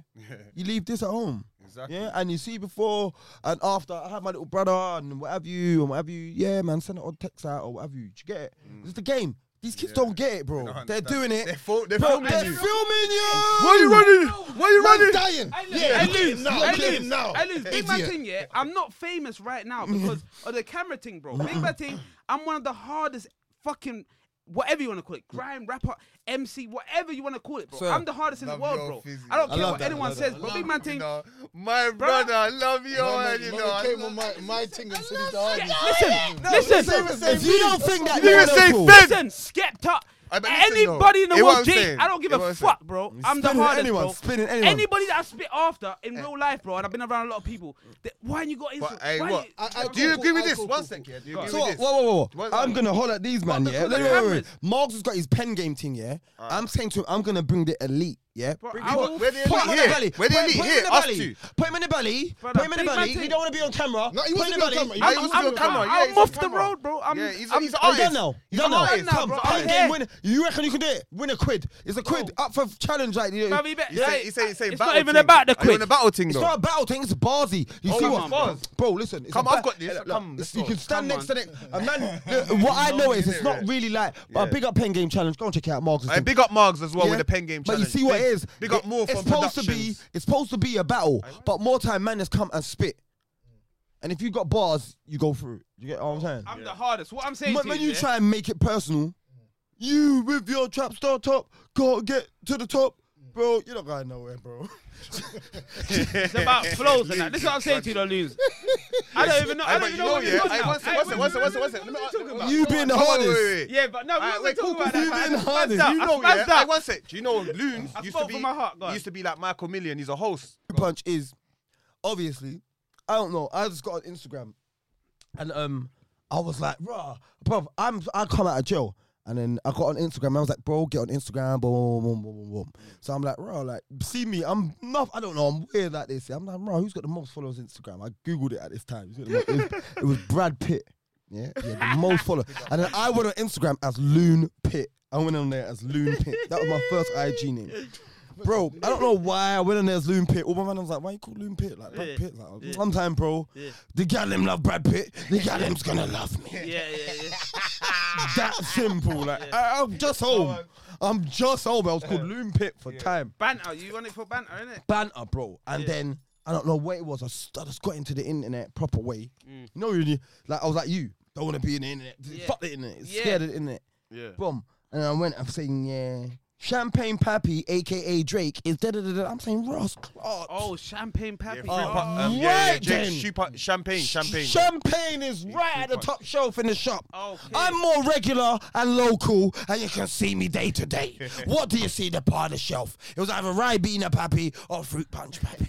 Speaker 4: You leave this at home.
Speaker 5: Exactly.
Speaker 4: Yeah, and you see before and after. I had my little brother and what have you and what have you. Yeah, man, send an odd text out or what have you. Do you get it? It's the game. These kids don't get it, bro.
Speaker 5: Mm. don't
Speaker 4: They're
Speaker 5: understand.
Speaker 4: doing it.
Speaker 5: They're fil- they're
Speaker 4: Bro,
Speaker 5: filming
Speaker 4: they're
Speaker 5: you.
Speaker 4: filming you.
Speaker 5: Why you running? Why you running?
Speaker 6: Man's dying.
Speaker 3: I lose.
Speaker 6: Yeah,
Speaker 3: I
Speaker 6: look at him
Speaker 3: lose.
Speaker 6: now.
Speaker 3: I
Speaker 6: Look at
Speaker 3: lose.
Speaker 6: him now.
Speaker 3: I lose. Big Bad
Speaker 6: Idiot.
Speaker 3: Thing, yeah. I'm not famous right now because of the camera thing, bro. Big Bad Thing, I'm one of the hardest fucking. Whatever you want to call it, grime, rapper, MC, whatever you want to call it, bro.
Speaker 4: Sir,
Speaker 3: I'm the hardest in the
Speaker 5: love
Speaker 3: world,
Speaker 5: your
Speaker 3: bro.
Speaker 5: physique.
Speaker 3: I don't
Speaker 4: I
Speaker 3: care
Speaker 4: love
Speaker 3: what
Speaker 4: that, I
Speaker 3: anyone
Speaker 4: love
Speaker 3: says,
Speaker 4: that.
Speaker 3: but Big Man Thing,
Speaker 5: You know, my brother, I love you,
Speaker 6: Man,
Speaker 5: and you
Speaker 6: man,
Speaker 5: know. I
Speaker 6: came
Speaker 5: love-
Speaker 6: on my, my thing and said he's the
Speaker 3: Yeah,
Speaker 6: hardest.
Speaker 3: listen, listen,
Speaker 4: Same as- If you don't think that,
Speaker 5: You didn't
Speaker 4: they're
Speaker 5: say
Speaker 4: local,
Speaker 5: fair.
Speaker 3: listen, Skepta,
Speaker 5: I- but listen, though,
Speaker 3: anybody in the
Speaker 5: hear what
Speaker 3: world,
Speaker 5: I'm
Speaker 3: G,
Speaker 5: saying,
Speaker 3: I don't give
Speaker 5: hear what
Speaker 3: a
Speaker 5: I'm
Speaker 3: fuck,
Speaker 5: saying.
Speaker 3: bro. I'm the
Speaker 4: spinning
Speaker 3: hardest,
Speaker 4: anyone,
Speaker 3: bro.
Speaker 4: spinning anyone.
Speaker 3: Anybody that I spit after in real life, bro, and I've been around a lot of people. That, why you got insult?
Speaker 5: But, hey,
Speaker 3: why
Speaker 5: what?
Speaker 3: You,
Speaker 6: I- I-
Speaker 5: Do you
Speaker 6: cool,
Speaker 5: agree with
Speaker 6: cool,
Speaker 5: this?
Speaker 6: cool,
Speaker 5: One
Speaker 6: cool,
Speaker 5: second. Do you
Speaker 3: cool.
Speaker 5: agree
Speaker 4: So
Speaker 5: with
Speaker 4: what?
Speaker 5: this?
Speaker 4: Whoa, whoa, whoa!
Speaker 5: What's
Speaker 4: I'm
Speaker 5: that?
Speaker 4: gonna holler at these man.
Speaker 3: the
Speaker 4: Yeah,
Speaker 3: fuck
Speaker 4: wait,
Speaker 3: are
Speaker 4: wait, wait, wait.
Speaker 3: cameras?
Speaker 4: Marks has got his pen game team. Yeah, I'm saying to him, I'm gonna bring the elite. Yeah,
Speaker 3: Bro,
Speaker 4: Bring
Speaker 3: I
Speaker 4: him
Speaker 3: will
Speaker 4: on-
Speaker 5: Where the
Speaker 4: put
Speaker 5: elite
Speaker 4: him on
Speaker 5: here?
Speaker 4: belly.
Speaker 5: Where the
Speaker 4: Put-
Speaker 5: elite
Speaker 4: put him
Speaker 5: here?
Speaker 4: in the
Speaker 5: Us
Speaker 4: belly.
Speaker 5: two.
Speaker 4: Put him in the belly.
Speaker 3: Brother,
Speaker 4: Put him in the
Speaker 3: big man
Speaker 4: belly.
Speaker 3: team.
Speaker 4: We don't want to be on camera.
Speaker 6: No,
Speaker 4: Put
Speaker 6: he wants
Speaker 4: him
Speaker 6: to
Speaker 4: in
Speaker 6: be
Speaker 4: the
Speaker 6: on
Speaker 4: belly.
Speaker 6: camera. He
Speaker 3: I'm,
Speaker 5: He wants
Speaker 3: I'm,
Speaker 5: to be
Speaker 3: I'm,
Speaker 5: on camera. Yeah, he's
Speaker 3: I'm
Speaker 5: on
Speaker 3: off the
Speaker 5: camera.
Speaker 3: road, bro. I'm,
Speaker 5: Yeah, he's-
Speaker 3: I'm,
Speaker 5: he's
Speaker 3: I'm,
Speaker 5: on-
Speaker 4: Oh, you
Speaker 5: Artist.
Speaker 4: don't know. You
Speaker 5: He's an
Speaker 4: don't know.
Speaker 5: artist.
Speaker 4: Come,
Speaker 3: Bro,
Speaker 4: come
Speaker 3: I'm
Speaker 4: game
Speaker 3: there.
Speaker 4: winner. You reckon you can do it? Win a quid. It's a quid.
Speaker 5: Oh.
Speaker 4: Up for challenge like you.
Speaker 3: Bruv, he bet-
Speaker 5: You say,
Speaker 3: like,
Speaker 5: you say, you say
Speaker 3: it's
Speaker 5: battle
Speaker 3: not even
Speaker 5: thing.
Speaker 3: about
Speaker 5: Are
Speaker 3: the
Speaker 5: you
Speaker 3: quick.
Speaker 5: on the battle thing
Speaker 4: It's
Speaker 5: though.
Speaker 4: not a battle thing. It's a barsy. You
Speaker 5: Oh,
Speaker 4: see
Speaker 5: come
Speaker 4: what?
Speaker 5: on, bars.
Speaker 4: Bro, listen. It's
Speaker 5: Come,
Speaker 4: a
Speaker 5: I've
Speaker 4: ba-
Speaker 5: got this.
Speaker 4: Look,
Speaker 5: Come, let's
Speaker 4: this- you
Speaker 5: go.
Speaker 4: can stand
Speaker 3: Come
Speaker 4: next
Speaker 3: on.
Speaker 4: to next. A man. look, what I know is
Speaker 5: Yeah.
Speaker 4: it's not really like a big up pen game challenge. Go and check out Marks.
Speaker 5: Hey, big up Margs as well
Speaker 4: Yeah.
Speaker 5: with the pen game
Speaker 4: But
Speaker 5: challenge.
Speaker 4: you see what
Speaker 5: big,
Speaker 4: it is.
Speaker 5: Big up
Speaker 4: It-
Speaker 5: more
Speaker 4: it's
Speaker 5: from
Speaker 4: supposed to be.
Speaker 5: Productions.
Speaker 4: It's supposed to be a battle, but more time man has come and spit. And if you got bars, you go through. You get what I'm saying?
Speaker 3: I'm the hardest. What I'm saying
Speaker 4: When,
Speaker 3: to
Speaker 4: when
Speaker 3: you,
Speaker 4: you
Speaker 3: yeah,
Speaker 4: try and make it personal, you with your trap star top, gotta get to the top, bro. You're not going nowhere, bro.
Speaker 3: it's about flows and that. This is what I'm saying to you, though, loons. I don't even know. I
Speaker 5: Hey,
Speaker 3: don't
Speaker 5: but you
Speaker 3: even know
Speaker 5: know,
Speaker 3: what
Speaker 5: yeah.
Speaker 3: this
Speaker 5: Hey, one
Speaker 3: was now.
Speaker 5: sec, one sec,
Speaker 3: Hey,
Speaker 5: one sec,
Speaker 3: wait,
Speaker 5: one sec, one
Speaker 3: wait, wait,
Speaker 5: sec. Let
Speaker 3: wait,
Speaker 5: me-
Speaker 3: what are we talking about?
Speaker 4: You being the
Speaker 5: Wait, wait,
Speaker 4: hardest.
Speaker 5: wait, wait.
Speaker 3: Yeah, but no, we
Speaker 5: Alright,
Speaker 3: wasn't
Speaker 5: wait,
Speaker 3: talking
Speaker 5: cool,
Speaker 3: about
Speaker 5: cool.
Speaker 3: that.
Speaker 4: You
Speaker 3: man.
Speaker 4: being
Speaker 3: It's
Speaker 4: hardest.
Speaker 3: messed up.
Speaker 4: You
Speaker 3: It's
Speaker 5: know,
Speaker 3: messed
Speaker 5: yeah.
Speaker 3: up.
Speaker 5: Hey, one sec. Do you know Loons
Speaker 3: I
Speaker 5: used to
Speaker 3: spoke
Speaker 5: be?
Speaker 3: from my heart, go
Speaker 5: he
Speaker 3: on.
Speaker 5: used to be like Michael Million. He's a host.
Speaker 4: Punch is obviously. I don't know. I just got on Instagram, and um, I was like, "Bruh, bro, I'm I come out of jail." And then I got on Instagram. I was like, "Bro, get on Instagram." Boom, boom, boom, boom, boom. So I'm like, "Bro, like, see me? I'm not. I don't know. I'm weird like this. I'm like, bro, who's got the most followers on Instagram?" I googled it at this time. Who's got the most- it, was, it was Brad Pitt. Yeah, yeah, the most followers. And then I went on Instagram as Loon Pitt. I went on there as Loon Pitt. That was my first IG name. Bro, I don't know why I went in there as Loon Pitt. All my man was like, why you call Loon Pitt? Like, Brad Pitt. Like, sometime, bro, the gal them love Brad Pitt. The gal them's gonna love me.
Speaker 3: Yeah, yeah, yeah.
Speaker 4: That simple. Like, I, am just home. I'm just home. I was called Loon Pitt for time.
Speaker 3: Banter. You want it for banter, innit?
Speaker 4: Banter, bro. And then, I don't know what it was. I, s- I just got into the internet proper way. You know, really, like, I was like, you, don't want to be in the internet. Fuck the internet.
Speaker 3: Mm. Yeah.
Speaker 4: Scared of the internet.
Speaker 5: Yeah.
Speaker 4: Boom. And I went, I'm saying, yeah. Champagne Pappy, aka Drake, is da da da da. I'm saying Ross Clark.
Speaker 3: Oh, champagne pappy.
Speaker 5: free
Speaker 3: Oh,
Speaker 5: pa- um, yeah, yeah,
Speaker 4: right
Speaker 5: Jake,
Speaker 4: then.
Speaker 5: Shupa- champagne, champagne.
Speaker 4: Champagne is right at the
Speaker 5: punch.
Speaker 4: top shelf in the shop.
Speaker 3: Okay.
Speaker 4: I'm more regular and local, and you can see me day to day. What do you see the part of the shelf? It was either Ribena Pappy or Fruit Punch Pappy.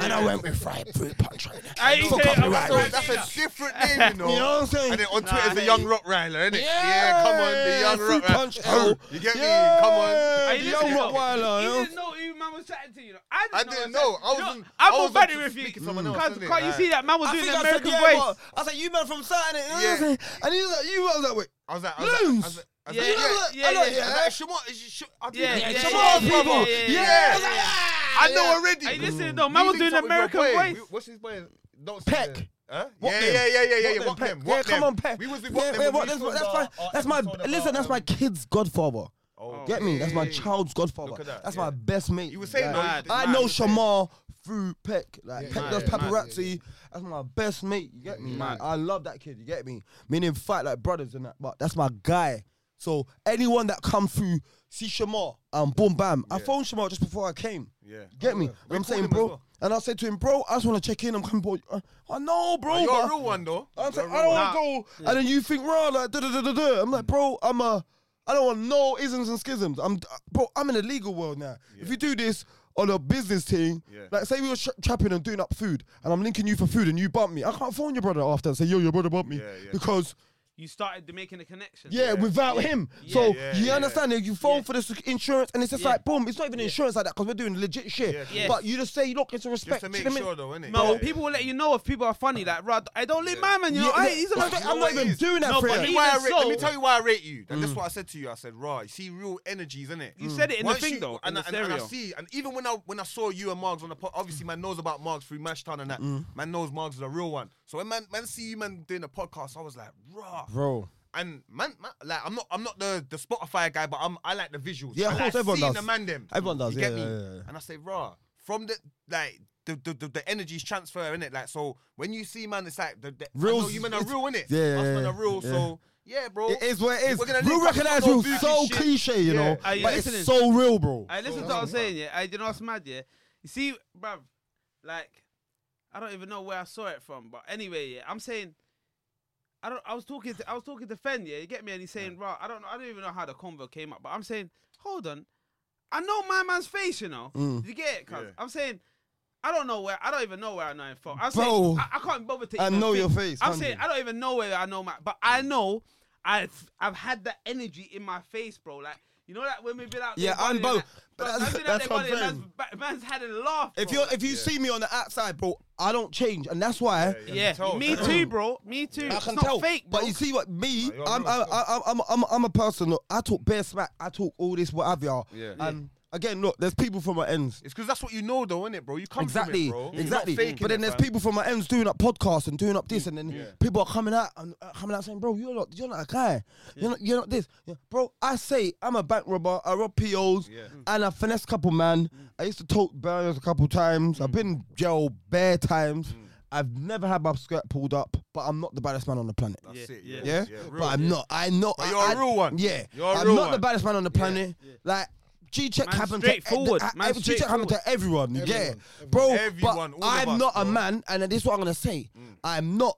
Speaker 4: and I went with Fri- Fruit Punch right now.
Speaker 3: I ain't
Speaker 4: Fuck
Speaker 3: say-
Speaker 4: up
Speaker 3: I'm
Speaker 4: the
Speaker 3: not
Speaker 5: So
Speaker 4: Ribena.
Speaker 3: saying-
Speaker 5: that's a different name, you know.
Speaker 4: You know what I'm saying?
Speaker 5: And then on Twitter,
Speaker 3: hey.
Speaker 5: the young Rottweiler, innit?
Speaker 4: Yeah,
Speaker 5: come on, the young
Speaker 4: Fruit Punch L.
Speaker 5: Rottweiler. You get me? Come on.
Speaker 4: Yeah,
Speaker 3: Hey,
Speaker 4: the
Speaker 3: listen,
Speaker 4: young
Speaker 3: though.
Speaker 4: Rottweiler,
Speaker 3: He
Speaker 4: yo.
Speaker 3: didn't know who man was chatting to, you know. I
Speaker 5: I
Speaker 3: didn't,
Speaker 5: didn't
Speaker 3: I
Speaker 5: know.
Speaker 3: was
Speaker 5: I was.
Speaker 3: chatting-
Speaker 5: on-
Speaker 3: You know, I'm
Speaker 5: I
Speaker 3: all
Speaker 5: was
Speaker 3: better
Speaker 5: on
Speaker 3: with you.
Speaker 5: speaking to someone else,
Speaker 3: Can't,
Speaker 5: innit?
Speaker 3: can't you
Speaker 5: Like,
Speaker 3: see that man was
Speaker 4: I
Speaker 3: doing
Speaker 4: think
Speaker 3: the
Speaker 4: I said,
Speaker 3: American
Speaker 4: yeah,
Speaker 3: voice?
Speaker 4: but- I said, you man from Saturday. And, I was
Speaker 5: Yeah.
Speaker 4: like, and he was like, you. I was like, wait.
Speaker 5: I was like, I was like, I was like, I was
Speaker 3: Yeah,
Speaker 5: like, yeah,
Speaker 3: yeah,
Speaker 4: I
Speaker 3: yeah.
Speaker 4: know,
Speaker 5: I was like, Shamar, is she- I
Speaker 3: Yeah,
Speaker 5: didn't-
Speaker 3: yeah,
Speaker 4: Come
Speaker 3: yeah,
Speaker 4: on,
Speaker 3: yeah,
Speaker 4: brother.
Speaker 3: yeah, yeah, yeah.
Speaker 4: I was like, ah,
Speaker 5: I know
Speaker 4: yeah. Mm.
Speaker 5: already.
Speaker 3: Hey, listen, though,
Speaker 5: You
Speaker 3: man was doing
Speaker 5: linked up with your
Speaker 3: American
Speaker 5: boy.
Speaker 3: voice.
Speaker 5: We- What's his boy? Don't say
Speaker 4: Peck.
Speaker 5: that. Huh?
Speaker 4: Walk
Speaker 5: Yeah,
Speaker 4: them.
Speaker 5: yeah, yeah, yeah, yeah, yeah.
Speaker 4: Walk
Speaker 5: Walk them.
Speaker 4: Peck.
Speaker 5: Walk
Speaker 4: yeah, come
Speaker 5: them.
Speaker 4: on, Peck.
Speaker 5: We was with
Speaker 4: Yeah,
Speaker 5: Walk
Speaker 4: yeah,
Speaker 5: them. when
Speaker 4: Walk
Speaker 5: we
Speaker 4: them.
Speaker 5: filmed
Speaker 4: That's
Speaker 5: our-
Speaker 4: my,
Speaker 5: our
Speaker 4: that's my,
Speaker 5: episode about,
Speaker 4: listen, that's my
Speaker 5: um,
Speaker 4: kid's godfather.
Speaker 5: Oh,
Speaker 4: Get me? That's my
Speaker 5: yeah.
Speaker 4: child's godfather.
Speaker 5: Look at that,
Speaker 4: That's
Speaker 5: yeah.
Speaker 4: my best mate.
Speaker 5: You were saying
Speaker 4: Like,
Speaker 5: mad,
Speaker 4: I
Speaker 5: mad,
Speaker 4: know
Speaker 5: you said.
Speaker 4: Shamar through Peck. Like Peck does
Speaker 6: yeah, mad,
Speaker 4: paparazzi. That's my best mate. You get me? Like, I love that kid. You get me? Me and him fight like brothers and that. But that's my guy. So anyone that come through, see Shamar and boom bam. I phoned Shamar just before I came.
Speaker 5: Yeah.
Speaker 4: Get me?
Speaker 5: We
Speaker 4: I'm
Speaker 5: called
Speaker 4: saying,
Speaker 5: him as
Speaker 4: bro.
Speaker 5: well.
Speaker 4: And I said to him, bro, I just want to check in. I'm coming, boy. Uh, I know, bro.
Speaker 5: You're a
Speaker 4: but-
Speaker 5: real one, though.
Speaker 4: I'm
Speaker 5: You're a
Speaker 4: saying,
Speaker 5: real
Speaker 4: I don't
Speaker 5: one.
Speaker 4: want to go. And then you think, raw, like, da da da da da. I'm like, bro, I'm a, I don't want no isms and schisms. I'm, bro, I'm in the legal world now. If you do this on a business thing,
Speaker 5: Yeah.
Speaker 4: like, say we were tra- trapping and doing up food, and I'm linking you for food, and you bump me, I can't phone your brother after and say, yo, your brother bumped me,
Speaker 5: Yeah, yeah.
Speaker 4: because
Speaker 3: you started making a connection.
Speaker 4: Yeah, without him.
Speaker 3: Yeah,
Speaker 4: so
Speaker 3: yeah,
Speaker 4: you
Speaker 3: yeah.
Speaker 4: understand? that You phone for this insurance, and it's just
Speaker 3: Yeah.
Speaker 4: like boom. It's not even insurance like that because we're doing legit shit.
Speaker 3: Yeah.
Speaker 4: But you just say, look, it's a respect.
Speaker 5: Just to
Speaker 4: do you
Speaker 5: make
Speaker 4: know what I mean?
Speaker 5: sure though, eh? innit?
Speaker 3: No, people will let you know if people are funny. Like, Rod, I don't leave my man. You know,
Speaker 4: Yeah,
Speaker 3: I,
Speaker 4: no,
Speaker 3: he's a
Speaker 4: that's
Speaker 3: man.
Speaker 4: what- I'm not even doing that
Speaker 3: No,
Speaker 4: for
Speaker 3: but
Speaker 4: you.
Speaker 5: Let
Speaker 3: he-
Speaker 5: me why I
Speaker 3: Even
Speaker 5: rate-
Speaker 3: so-
Speaker 5: let me tell you why I rate you. And
Speaker 4: Mm.
Speaker 5: that's what I said to you. I said, "Raw, you see real energies, innit?
Speaker 3: You said it Mm. in the
Speaker 5: Once
Speaker 3: thing,
Speaker 5: you-
Speaker 3: though,
Speaker 5: Mm. and,
Speaker 3: in
Speaker 5: I-
Speaker 3: the
Speaker 5: and, and I
Speaker 3: stereo.
Speaker 5: see, and even when I when I saw you and Margs on the pod, obviously man knows about Margs through Mashtown and that.
Speaker 3: Mm.
Speaker 5: Man knows Margs is a real one. So when man man see you man doing a podcast, I was like, raw,
Speaker 4: Bro.
Speaker 5: And man, man, like I'm not I'm not the the Spotify guy, but I'm I like the visuals.
Speaker 4: Yeah, of
Speaker 5: I like
Speaker 4: course, everyone
Speaker 5: seeing
Speaker 4: does.
Speaker 5: The man them.
Speaker 4: Everyone does,
Speaker 5: You
Speaker 4: yeah,
Speaker 5: get me?
Speaker 4: yeah, yeah, yeah.
Speaker 5: And I say, raw, from the like. The, the, the, the energy's transfer in it like so when you see man it's like the, the I
Speaker 4: Real-
Speaker 5: know you men are
Speaker 4: it's-
Speaker 5: real in it
Speaker 4: yeah, yeah,
Speaker 5: us men
Speaker 4: yeah,
Speaker 5: are real
Speaker 4: yeah.
Speaker 5: so yeah bro
Speaker 4: It is what it is.
Speaker 5: We're gonna
Speaker 4: Real
Speaker 5: link up, it's
Speaker 4: recognize
Speaker 5: not
Speaker 4: real
Speaker 5: no booty
Speaker 4: so
Speaker 5: shit.
Speaker 4: cliche, you know.
Speaker 3: Are you
Speaker 4: But it's
Speaker 3: listening?
Speaker 4: so real, bro.
Speaker 3: I listen to what I'm saying, yeah. I you know what's mad, yeah. You see, bruv, like, I don't even know where I saw it from, but anyway, yeah. I'm saying, I don't. I was talking to I was talking to Fen, yeah. You get me? And he's saying, right, I don't know. I don't even know how the convo came up, but I'm saying, hold on, I know my man's face, you know.
Speaker 4: Mm.
Speaker 3: You get it? because i I'm saying. I don't know where I don't even know where I know him from. I'm
Speaker 4: Bro,
Speaker 3: saying I, I can't bother to.
Speaker 4: I
Speaker 3: even
Speaker 4: know your
Speaker 3: think.
Speaker 4: face,
Speaker 3: I'm
Speaker 4: can't
Speaker 3: saying
Speaker 4: you? Mm.
Speaker 3: I don't even know where I know my, but I know I've I've had that energy in my face, bro. Like you know that when we've been out. there
Speaker 4: Yeah, I'm
Speaker 3: partying
Speaker 4: both.
Speaker 3: that- But
Speaker 4: But that's-
Speaker 3: that's,
Speaker 4: that's
Speaker 3: that's
Speaker 4: what
Speaker 3: what
Speaker 4: I'm
Speaker 3: man's,
Speaker 4: saying.
Speaker 3: ba- man's had a laugh.
Speaker 4: If
Speaker 3: bro.
Speaker 4: you if you see me on the outside, bro, I don't change, and that's why.
Speaker 3: yeah, me too, bro. Me too.
Speaker 4: I
Speaker 3: it's
Speaker 4: can
Speaker 3: not
Speaker 4: tell,
Speaker 3: fake, bro.
Speaker 4: but you see what me?
Speaker 5: you're
Speaker 4: I'm,
Speaker 5: real,
Speaker 4: I'm, I'm, I'm, I'm, I'm a person. Look, I talk bare smack. I talk all this, whatever. y'all.
Speaker 5: Yeah.
Speaker 4: And again, look, there's people from my ends.
Speaker 5: It's because that's what you know, though, innit, bro? You come
Speaker 4: Exactly,
Speaker 5: from it, bro.
Speaker 4: exactly.
Speaker 5: You're not faking
Speaker 4: But then
Speaker 5: it,
Speaker 4: there's
Speaker 5: fam.
Speaker 4: people from my ends doing up podcasts and doing up this, and then people are coming out and uh, coming out saying, "Bro, you're not, you're not a guy. You're not, you're not this, Yeah. bro." I say I'm a bank robber. I rob POs
Speaker 5: Mm.
Speaker 4: and I finesse couple man. I used to tote burners a couple times.
Speaker 5: Mm.
Speaker 4: I've been in jail bare times. I've never had my skirt pulled up, but I'm not the baddest man on the planet.
Speaker 5: That's it,
Speaker 3: Yeah.
Speaker 4: Yeah,
Speaker 5: real,
Speaker 4: but I'm
Speaker 5: yeah.
Speaker 4: not. I know. I-
Speaker 5: you're a
Speaker 4: I-
Speaker 5: real one.
Speaker 4: Yeah,
Speaker 5: You're a
Speaker 4: I'm
Speaker 5: real
Speaker 4: not the
Speaker 5: one.
Speaker 4: baddest man on the planet. Like G check
Speaker 3: Man's
Speaker 4: happened to
Speaker 3: straightforward. Man's
Speaker 4: G check happened to everyone. yeah,
Speaker 10: Everyone,
Speaker 4: bro.
Speaker 5: Everyone,
Speaker 4: but
Speaker 5: all of
Speaker 4: I'm
Speaker 5: us,
Speaker 4: not a
Speaker 5: bro. Mm.
Speaker 4: man, and this is what I'm gonna say. I'm not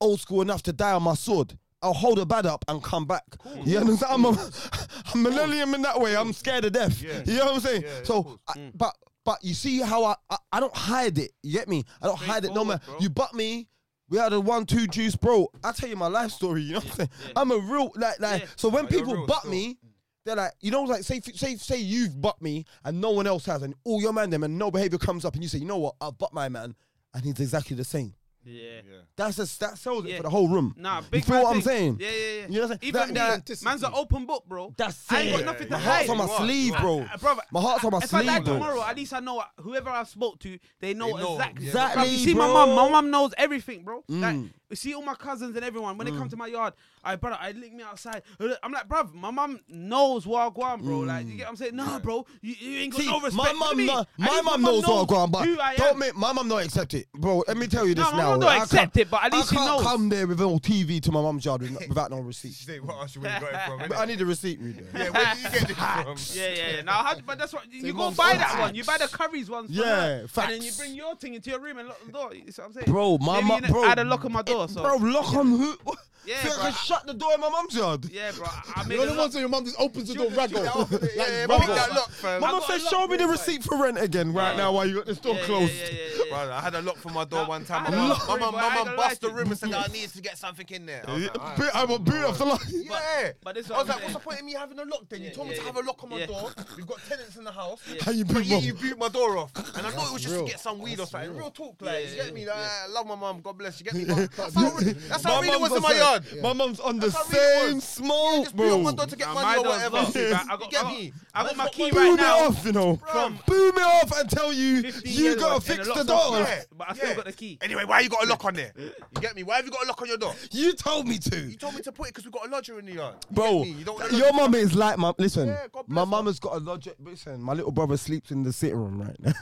Speaker 4: old school enough to die on my sword. I'll hold a bad up and come back. You understand? I'm a, I'm millennium in that way. I'm scared of death. You know what I'm saying? so, I, but but you see how I, I I don't hide it. You get me? I don't hide it no man.
Speaker 3: Straightforward, bro.
Speaker 4: You butt me. We had a one-two juice, bro. I tell you my life story. You know what I'm saying? I'm a real like like.
Speaker 3: Yeah.
Speaker 4: So when
Speaker 5: you're
Speaker 4: people
Speaker 5: real
Speaker 4: butt
Speaker 5: still.
Speaker 4: me, they're like, you know, like say say say you've butt me and no one else has, and all your man them and no behavior comes up, and you say, you know what, I've butt my man, and he's exactly the same.
Speaker 3: yeah.
Speaker 4: That's a, that sells it
Speaker 3: Yeah.
Speaker 4: for the whole room.
Speaker 3: Nah,
Speaker 4: you
Speaker 3: big
Speaker 4: feel
Speaker 3: man
Speaker 4: what I'm
Speaker 3: thing.
Speaker 4: saying?
Speaker 3: Yeah, yeah, yeah.
Speaker 4: You know what I'm saying?
Speaker 3: Even
Speaker 4: That- that-
Speaker 3: me, man's an open book, bro.
Speaker 4: That's
Speaker 3: I ain't
Speaker 4: it.
Speaker 3: got nothing
Speaker 4: My
Speaker 3: to
Speaker 4: heart's
Speaker 3: hide.
Speaker 4: on my sleeve, bro.
Speaker 3: Uh, brother,
Speaker 4: my heart's on my
Speaker 3: if
Speaker 4: sleeve,
Speaker 3: I die
Speaker 4: bro.
Speaker 3: tomorrow, at least I know whoever I spoke to, they know,
Speaker 5: They know,
Speaker 3: exactly.
Speaker 5: yeah.
Speaker 3: Bruv,
Speaker 4: Exactly,
Speaker 3: you see my
Speaker 4: bro.
Speaker 3: mum,
Speaker 4: Mm.
Speaker 3: my mum knows everything, bro. Like, you see all my cousins and everyone, when they come to my yard, I brother, I link me outside. I'm like, bruv, my mum knows where I go on, bro. Like, you get what I'm saying? Nah, bro, you, you ain't got
Speaker 4: Mm. See,
Speaker 3: no respect.
Speaker 4: my
Speaker 3: for
Speaker 4: mum,
Speaker 3: me.
Speaker 4: know-
Speaker 3: At
Speaker 4: my
Speaker 3: least
Speaker 4: mum knows what I'm going,
Speaker 3: who I
Speaker 4: but
Speaker 3: am.
Speaker 4: don't make my mum not accept it, bro. Let me tell you this
Speaker 3: my
Speaker 4: now.
Speaker 3: mum don't
Speaker 4: I can't-
Speaker 3: accept it, but at least
Speaker 4: I
Speaker 3: she
Speaker 4: can't
Speaker 3: knows.
Speaker 4: come there with all TV to my mum's yard with- without no receipt.
Speaker 5: Say, what else you really got it from,
Speaker 4: But I
Speaker 5: innit?
Speaker 4: need a receipt Ah, reader.
Speaker 5: Yeah, where do you get this from?
Speaker 3: Yeah, yeah, yeah. Now, how, but that's what you go
Speaker 10: mum's
Speaker 3: buy
Speaker 10: old
Speaker 3: that one.
Speaker 10: facts.
Speaker 3: You buy the curries ones. for
Speaker 4: Yeah,
Speaker 3: her, And then you
Speaker 4: facts.
Speaker 3: bring your thing into your room and lock the door. You see what I'm saying?
Speaker 4: Bro, my
Speaker 3: Maybe
Speaker 4: mum,
Speaker 3: you didn't
Speaker 4: bro. Eh,
Speaker 3: add a lock on my door. So.
Speaker 4: Bro, lock on who?
Speaker 3: Yeah,
Speaker 4: Think I
Speaker 3: bro.
Speaker 4: can shut the door in my mum's yard.
Speaker 3: Yeah, bro. I I made
Speaker 10: You're
Speaker 3: a
Speaker 10: the
Speaker 3: lock.
Speaker 10: ones that your mum just opens the door, rag off.
Speaker 5: Yeah,
Speaker 10: Like,
Speaker 5: yeah,
Speaker 10: rag
Speaker 5: pick
Speaker 10: off.
Speaker 5: that lock, fam.
Speaker 4: My
Speaker 3: I
Speaker 4: mum
Speaker 3: got
Speaker 4: said,
Speaker 3: a lock
Speaker 4: show me the
Speaker 3: inside."
Speaker 4: receipt for rent again right now while you got this door
Speaker 3: Yeah, yeah,
Speaker 4: closed.
Speaker 3: Yeah, yeah, yeah, yeah.
Speaker 5: Brother, I had a lock for my door one time.
Speaker 3: I
Speaker 5: My
Speaker 3: had a
Speaker 5: mum-
Speaker 3: lock
Speaker 5: my
Speaker 3: for it,
Speaker 5: mum
Speaker 3: but I
Speaker 5: my
Speaker 3: ain't
Speaker 5: mum
Speaker 3: gonna lie
Speaker 5: bust
Speaker 3: to
Speaker 5: the
Speaker 3: you.
Speaker 5: room and said, I need to get something in there. I was like, alright.
Speaker 4: Boot- I want boot off the line.
Speaker 5: Yeah.
Speaker 3: but this is
Speaker 5: I was
Speaker 3: what I'm
Speaker 5: like, what's the
Speaker 3: saying.
Speaker 5: point of me having a lock then? You
Speaker 3: Yeah,
Speaker 5: told me
Speaker 3: yeah,
Speaker 5: to have a
Speaker 3: yeah.
Speaker 5: lock on my
Speaker 3: Yeah.
Speaker 5: door. We've got tenants in the house.
Speaker 4: How you
Speaker 5: But
Speaker 4: boot
Speaker 5: yeah,
Speaker 4: mum?
Speaker 5: you boot my door off. And I thought it was just
Speaker 4: real.
Speaker 5: to get some weed or something. Real talk, like,
Speaker 3: Yeah,
Speaker 5: you
Speaker 3: yeah,
Speaker 5: get me?
Speaker 3: yeah.
Speaker 5: Like, I love my mum, God bless. You get me? But That's how I really- that's how I really
Speaker 4: mum's
Speaker 5: was in my
Speaker 4: on-
Speaker 5: yard.
Speaker 4: My mum's on the
Speaker 5: That's how real it
Speaker 4: same
Speaker 5: was.
Speaker 4: smoke,
Speaker 5: Just boot
Speaker 4: bro.
Speaker 5: on my door to get
Speaker 3: Nah,
Speaker 5: money
Speaker 3: my
Speaker 5: or
Speaker 3: door's
Speaker 5: whatever.
Speaker 3: locked, bruv. I
Speaker 5: You
Speaker 3: got,
Speaker 5: get
Speaker 3: I got,
Speaker 5: me?
Speaker 3: I got my key
Speaker 4: Boom
Speaker 3: right
Speaker 4: it
Speaker 3: now.
Speaker 4: off, you know.
Speaker 5: From-
Speaker 4: Boom it off and tell you
Speaker 3: 15
Speaker 4: you
Speaker 3: years
Speaker 4: gotta
Speaker 3: old,
Speaker 4: fix
Speaker 3: and a
Speaker 4: the
Speaker 3: lock's
Speaker 4: door.
Speaker 3: off. But I still got the key.
Speaker 5: Anyway, why you got a lock on there? You get me? Why have you got a lock on your door?
Speaker 4: You told me to,
Speaker 5: You told me to put it because we got a lodger in the yard. You
Speaker 4: bro.
Speaker 5: get me? You don't want a
Speaker 4: your
Speaker 5: lodger.
Speaker 4: mum is like my. Listen,
Speaker 5: Yeah, God
Speaker 4: my
Speaker 5: bless
Speaker 4: mum
Speaker 5: her.
Speaker 4: has got a lodge. Listen, my little brother sleeps in the sitting room right now.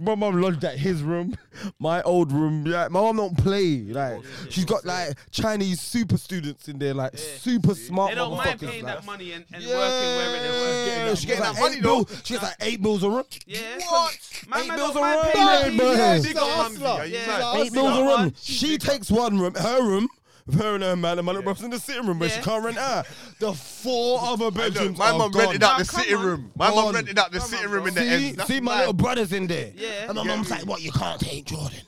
Speaker 4: my mum lodged at his room, my old room. Yeah, my mum don't play. Like she's got like Chinese super students in there, like super smart.
Speaker 3: They don't mind
Speaker 4: motherfuckers,
Speaker 3: paying
Speaker 4: like.
Speaker 3: that money and, and
Speaker 4: Yeah,
Speaker 3: working wherever they work.
Speaker 4: She gets
Speaker 5: getting
Speaker 4: like
Speaker 5: that money,
Speaker 4: eight bills.
Speaker 5: though.
Speaker 4: She gets like eight bills a room.
Speaker 3: Yeah.
Speaker 5: What?
Speaker 3: My
Speaker 4: Eight
Speaker 3: man
Speaker 4: bills
Speaker 3: don't
Speaker 4: a
Speaker 3: mind
Speaker 4: room?
Speaker 3: paying
Speaker 4: Nah,
Speaker 3: that.
Speaker 4: man.
Speaker 5: Big up, Mumsy. Are you
Speaker 3: Yeah.
Speaker 5: mad?
Speaker 3: Eight
Speaker 4: Eight bills a room. She takes one room, her room. with Her and her man, and my little brother's in the sitting room, but she
Speaker 3: Yeah.
Speaker 4: can't rent out. The four other bedrooms.
Speaker 5: my
Speaker 4: are
Speaker 5: mum
Speaker 4: gone.
Speaker 5: rented out the
Speaker 3: Nah, come
Speaker 5: sitting
Speaker 3: on.
Speaker 5: room. My
Speaker 4: Gone.
Speaker 5: mum rented out the
Speaker 3: Come on,
Speaker 5: sitting room
Speaker 3: bro.
Speaker 5: in the
Speaker 4: See,
Speaker 5: end.
Speaker 4: see my little brother's in there.
Speaker 3: Yeah.
Speaker 4: And my
Speaker 5: Yeah.
Speaker 4: mum's like, what, you can't take Jordan?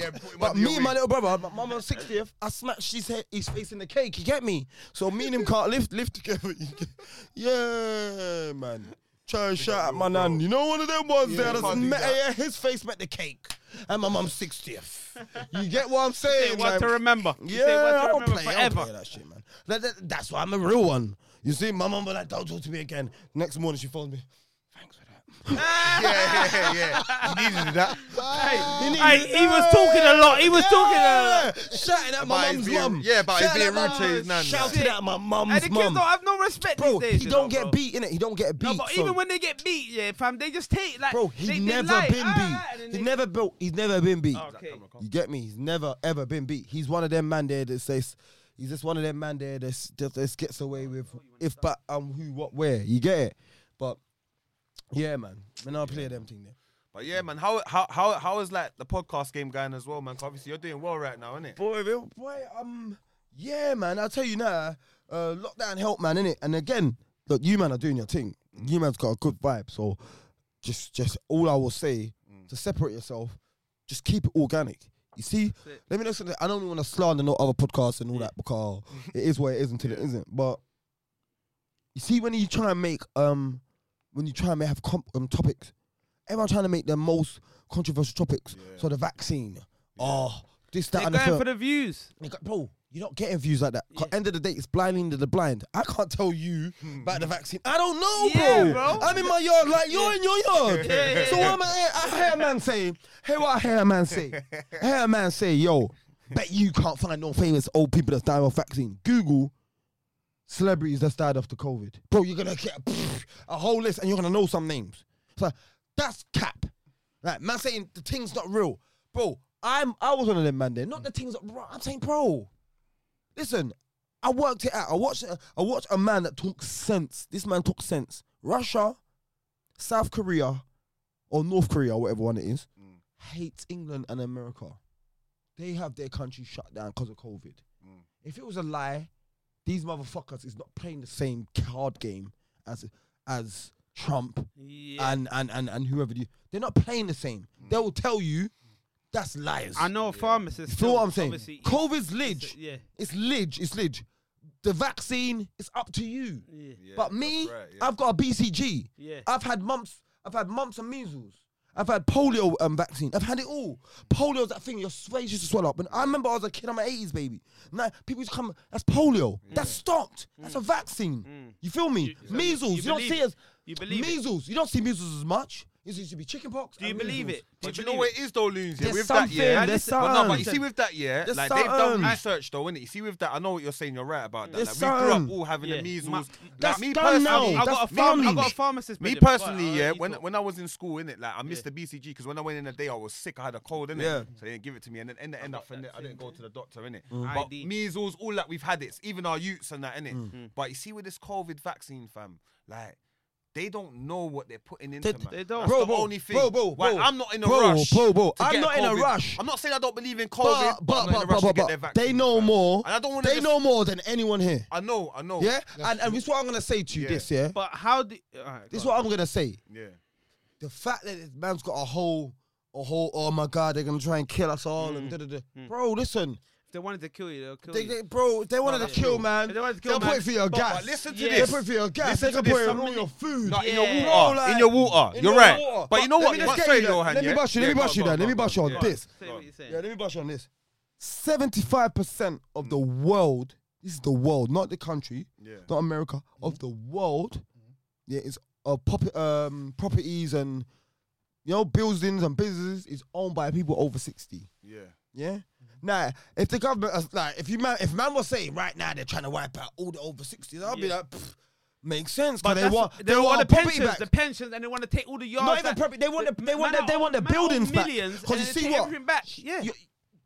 Speaker 5: yeah, put him
Speaker 4: But
Speaker 5: under your
Speaker 4: me and my
Speaker 5: wing.
Speaker 4: little brother, my mum on 60th, I smashed his head, his face in the cake, you get me? So me and him can't live, live together. you get- yeah, man. Try and shout at my nan. You know one of them ones there that's
Speaker 5: can't do
Speaker 4: met,
Speaker 5: that.
Speaker 4: yeah, his face met the cake. And my mum's 60th. You get what I'm saying?
Speaker 3: what
Speaker 4: man?
Speaker 3: to remember. You
Speaker 4: Yeah,
Speaker 3: say what to
Speaker 4: I don't
Speaker 3: remember
Speaker 4: play, I don't
Speaker 3: forever.
Speaker 4: play that shit, man. That- that- that's why I'm a real one. You see, my mum was like, don't talk to me again. Next morning she phones me. Thanks for that.
Speaker 5: yeah, yeah, yeah, yeah. You needed that.
Speaker 4: You need-
Speaker 3: Hey, he was talking a lot. He was talking a lot.
Speaker 4: Yeah, Shouting at
Speaker 5: About
Speaker 4: my
Speaker 5: his
Speaker 4: mum's
Speaker 5: being-
Speaker 4: mum.
Speaker 5: yeah, about his
Speaker 4: Shouting
Speaker 5: being
Speaker 4: at my
Speaker 5: rude to his
Speaker 4: mum.
Speaker 5: nan.
Speaker 4: Shouted at my
Speaker 3: And the
Speaker 4: mum's
Speaker 3: kids
Speaker 4: mum.
Speaker 3: don't have no respect
Speaker 4: Bro,
Speaker 3: these days.
Speaker 4: he
Speaker 3: you
Speaker 4: don't
Speaker 3: know,
Speaker 4: get
Speaker 3: bro.
Speaker 4: beat in it. He don't get beat.
Speaker 3: No, but
Speaker 4: so-
Speaker 3: even when they get beat, yeah, fam, they just take like.
Speaker 4: bro, he
Speaker 3: they, they
Speaker 4: never
Speaker 3: lie,
Speaker 4: been
Speaker 3: "Ah, ah," and
Speaker 4: beat.
Speaker 3: then
Speaker 4: He
Speaker 3: they-
Speaker 4: never built. He's never been beat.
Speaker 3: Okay.
Speaker 4: You get me? He's never ever been beat. He's one of them man there that says. He's just one of them man there that's- that that gets away with if but um who what where you get it, but yeah man, man I play them thing there.
Speaker 5: But yeah, man, how how how how is like the podcast game going as well, man? 'Cause obviously you're doing well right now, innit?
Speaker 4: Boy, real boy, um, yeah, man. I'll tell you now, uh, lockdown helped, man, innit? And again, look, you man are doing your thing. You man's got a good vibe, so just, just all I will say
Speaker 3: Mm.
Speaker 4: to separate yourself, just keep it organic. You see, let me know something. I don't want to slander no other podcasts and all that because it is what it is until it isn't. But you see, when you try and make um, when you try and make, have comp- um, topics, everyone trying to make the most controversial topics. So the vaccine, oh, this, that,
Speaker 3: They're
Speaker 4: and the
Speaker 3: going
Speaker 4: third.
Speaker 3: for the views.
Speaker 4: They go, bro, you're not getting views like that. 'Cause End of the day, it's blinding to the blind. I can't tell you about the vaccine. I don't know,
Speaker 3: Hmm. Yeah,
Speaker 4: bro.
Speaker 3: bro.
Speaker 4: I'm in my yard like you're in your yard. so I'm I, I hear a man say, hear what I hear a man say. I hear a man say, yo, bet you can't find no famous old people that's died off vaccine. Google celebrities that's died off the COVID. Bro, you're gonna get pff, a whole list and you're gonna know some names. So that's cap. Like man saying the thing's not real. Bro, I'm I was one of them man there. Not the thing's not real. I'm saying, bro, listen, I worked it out. I watched I watched a man that talks sense. This man talks sense. Russia, South Korea, or North Korea, whatever one it is, hates England and America. They have their country shut down because of COVID. If it was a lie, these motherfuckers is not playing the same card game as as Trump
Speaker 3: Yeah.
Speaker 4: and, and, and, and whoever you they're not playing the same. They will tell you that's liars.
Speaker 3: I know a pharmacist.
Speaker 4: You know
Speaker 3: too,
Speaker 4: what I'm saying?
Speaker 3: obviously,
Speaker 4: COVID's lidge.
Speaker 3: yeah.
Speaker 4: It's lidge. It's lidge. The vaccine is up to you. but me, I've got a BCG.
Speaker 3: Yeah.
Speaker 4: I've had mumps. I've had mumps and measles. I've had polio um, vaccine. I've had it all. Polio's that thing your face used to swell up. And I remember I was a kid. I'm an 80s baby. Now people used to come. That's polio. That's stopped. That's a vaccine. You feel me? measles. You,
Speaker 3: you
Speaker 4: don't
Speaker 3: believe
Speaker 4: see
Speaker 3: it.
Speaker 4: as
Speaker 3: You believe it.
Speaker 4: measles. You don't see measles as much. It used to be chickenpox.
Speaker 3: Do you believe it?
Speaker 5: But you know what it is though, Loons? Yeah,
Speaker 4: There's
Speaker 5: with that,
Speaker 4: something,
Speaker 5: yeah.
Speaker 4: there's
Speaker 5: but no, but you
Speaker 4: something.
Speaker 5: see, with that, yeah,
Speaker 4: There's
Speaker 5: like they've done
Speaker 4: something.
Speaker 5: research though, innit? You see, with that, I know what you're saying. You're right about that. Like,
Speaker 4: There's
Speaker 5: we grew up
Speaker 4: something.
Speaker 5: all having
Speaker 3: Yeah.
Speaker 5: the measles.
Speaker 3: Ma-
Speaker 5: Like,
Speaker 4: That's
Speaker 5: me
Speaker 4: done now.
Speaker 5: personally,
Speaker 3: I got a
Speaker 4: That's
Speaker 3: farm. I
Speaker 4: family.
Speaker 3: got a pharmacist.
Speaker 5: Me
Speaker 3: with him.
Speaker 5: personally,
Speaker 3: Alright,
Speaker 5: yeah,
Speaker 3: alright, you
Speaker 5: when
Speaker 3: talk.
Speaker 5: when I was in school, innit, like I missed the BCG because when I went in the day, I was sick. I had a cold, innit,
Speaker 4: Yeah.
Speaker 5: so they didn't give it to me, and then end, end up, and I didn't go to the doctor, innit. But
Speaker 3: ID.
Speaker 5: measles, all that we've had it, even our youths and that, innit. But you see, with this COVID vaccine, fam, like. They don't know what they're putting into, man.
Speaker 3: they don't.
Speaker 5: That's
Speaker 4: Bro,
Speaker 5: the
Speaker 4: bro,
Speaker 5: only thing.
Speaker 4: bro, bro,
Speaker 5: Why
Speaker 4: bro,
Speaker 5: I'm not in a
Speaker 4: bro,
Speaker 5: rush.
Speaker 4: bro, bro.
Speaker 5: to
Speaker 4: I'm
Speaker 5: get
Speaker 4: not in a
Speaker 5: COVID.
Speaker 4: rush.
Speaker 5: I'm not saying I don't believe in COVID,
Speaker 4: But,
Speaker 5: but,
Speaker 4: but,
Speaker 5: I'm not in a
Speaker 4: but,
Speaker 5: rush
Speaker 4: but,
Speaker 5: to
Speaker 4: but,
Speaker 5: get their vaccine.
Speaker 4: they know
Speaker 5: fam.
Speaker 4: more.
Speaker 5: And I don't want
Speaker 4: They know more than anyone here.
Speaker 5: I know, I know.
Speaker 4: Yeah, and and this is what I'm gonna say to you. This Oh, yeah,
Speaker 3: But how do? alright, go
Speaker 4: this is
Speaker 3: on.
Speaker 4: what I'm gonna say.
Speaker 5: Yeah.
Speaker 4: The fact that this man's got a whole, a whole. Oh my God, they're gonna try and kill us all and da da da. Bro, listen,
Speaker 3: If they wanted to kill you, they'll kill
Speaker 5: Mm.
Speaker 4: they,
Speaker 3: you.
Speaker 4: they, bro, if they wanted
Speaker 3: that's
Speaker 4: to kill
Speaker 3: true.
Speaker 4: man.
Speaker 3: If they wanted to kill
Speaker 4: will
Speaker 3: man-
Speaker 4: put it for your
Speaker 5: But-
Speaker 4: gas.
Speaker 5: but listen to
Speaker 3: Yeah.
Speaker 4: They'll
Speaker 5: this.
Speaker 4: put it for your gas.
Speaker 5: Listen
Speaker 4: They
Speaker 5: to
Speaker 4: can
Speaker 5: this.
Speaker 4: put it in
Speaker 5: Some-
Speaker 4: all your food.
Speaker 5: Not in
Speaker 3: Yeah.
Speaker 5: your
Speaker 4: Bro,
Speaker 5: water.
Speaker 4: like-
Speaker 5: in your water.
Speaker 4: In
Speaker 5: You're
Speaker 4: your
Speaker 5: right.
Speaker 4: water.
Speaker 5: But you know what?
Speaker 4: Let me
Speaker 5: But
Speaker 4: just
Speaker 5: sorry,
Speaker 4: get you that.
Speaker 5: Johan,
Speaker 4: Let me
Speaker 5: yeah?
Speaker 4: bust you.
Speaker 5: Yeah,
Speaker 4: Let me
Speaker 5: go
Speaker 4: bust you
Speaker 5: on, go
Speaker 4: that. Let me
Speaker 5: on, go
Speaker 4: bust you
Speaker 5: on,
Speaker 4: on
Speaker 5: yeah.
Speaker 4: this.
Speaker 3: Say what you're saying.
Speaker 4: Yeah, let me bash on this. Seventy-five percent of the world, this is the world, not the country,
Speaker 5: Yeah. Mm-hmm.
Speaker 4: not America, of the world, yeah, is of pop- um, properties and you know buildings and businesses is owned by people over sixty.
Speaker 5: Yeah.
Speaker 4: Yeah.
Speaker 3: Mm-hmm.
Speaker 4: Now, if the government, uh, like, if you man, if man was saying right now they're trying to wipe out all the over sixties, I'll be like, pff, makes sense, but they
Speaker 3: That's-
Speaker 4: want
Speaker 3: they want
Speaker 4: our
Speaker 3: the
Speaker 4: property
Speaker 3: pensions,
Speaker 4: back.
Speaker 3: the pensions, and they want to take all the yards.
Speaker 4: Not even
Speaker 3: that-
Speaker 4: property. They want the, they want
Speaker 3: man
Speaker 4: the, they
Speaker 3: own-
Speaker 4: want the
Speaker 3: man own
Speaker 4: buildings back.
Speaker 3: millions,
Speaker 4: Because
Speaker 3: and
Speaker 4: you
Speaker 3: they
Speaker 4: see
Speaker 3: take
Speaker 4: what?
Speaker 3: everything back. Yeah.
Speaker 4: You-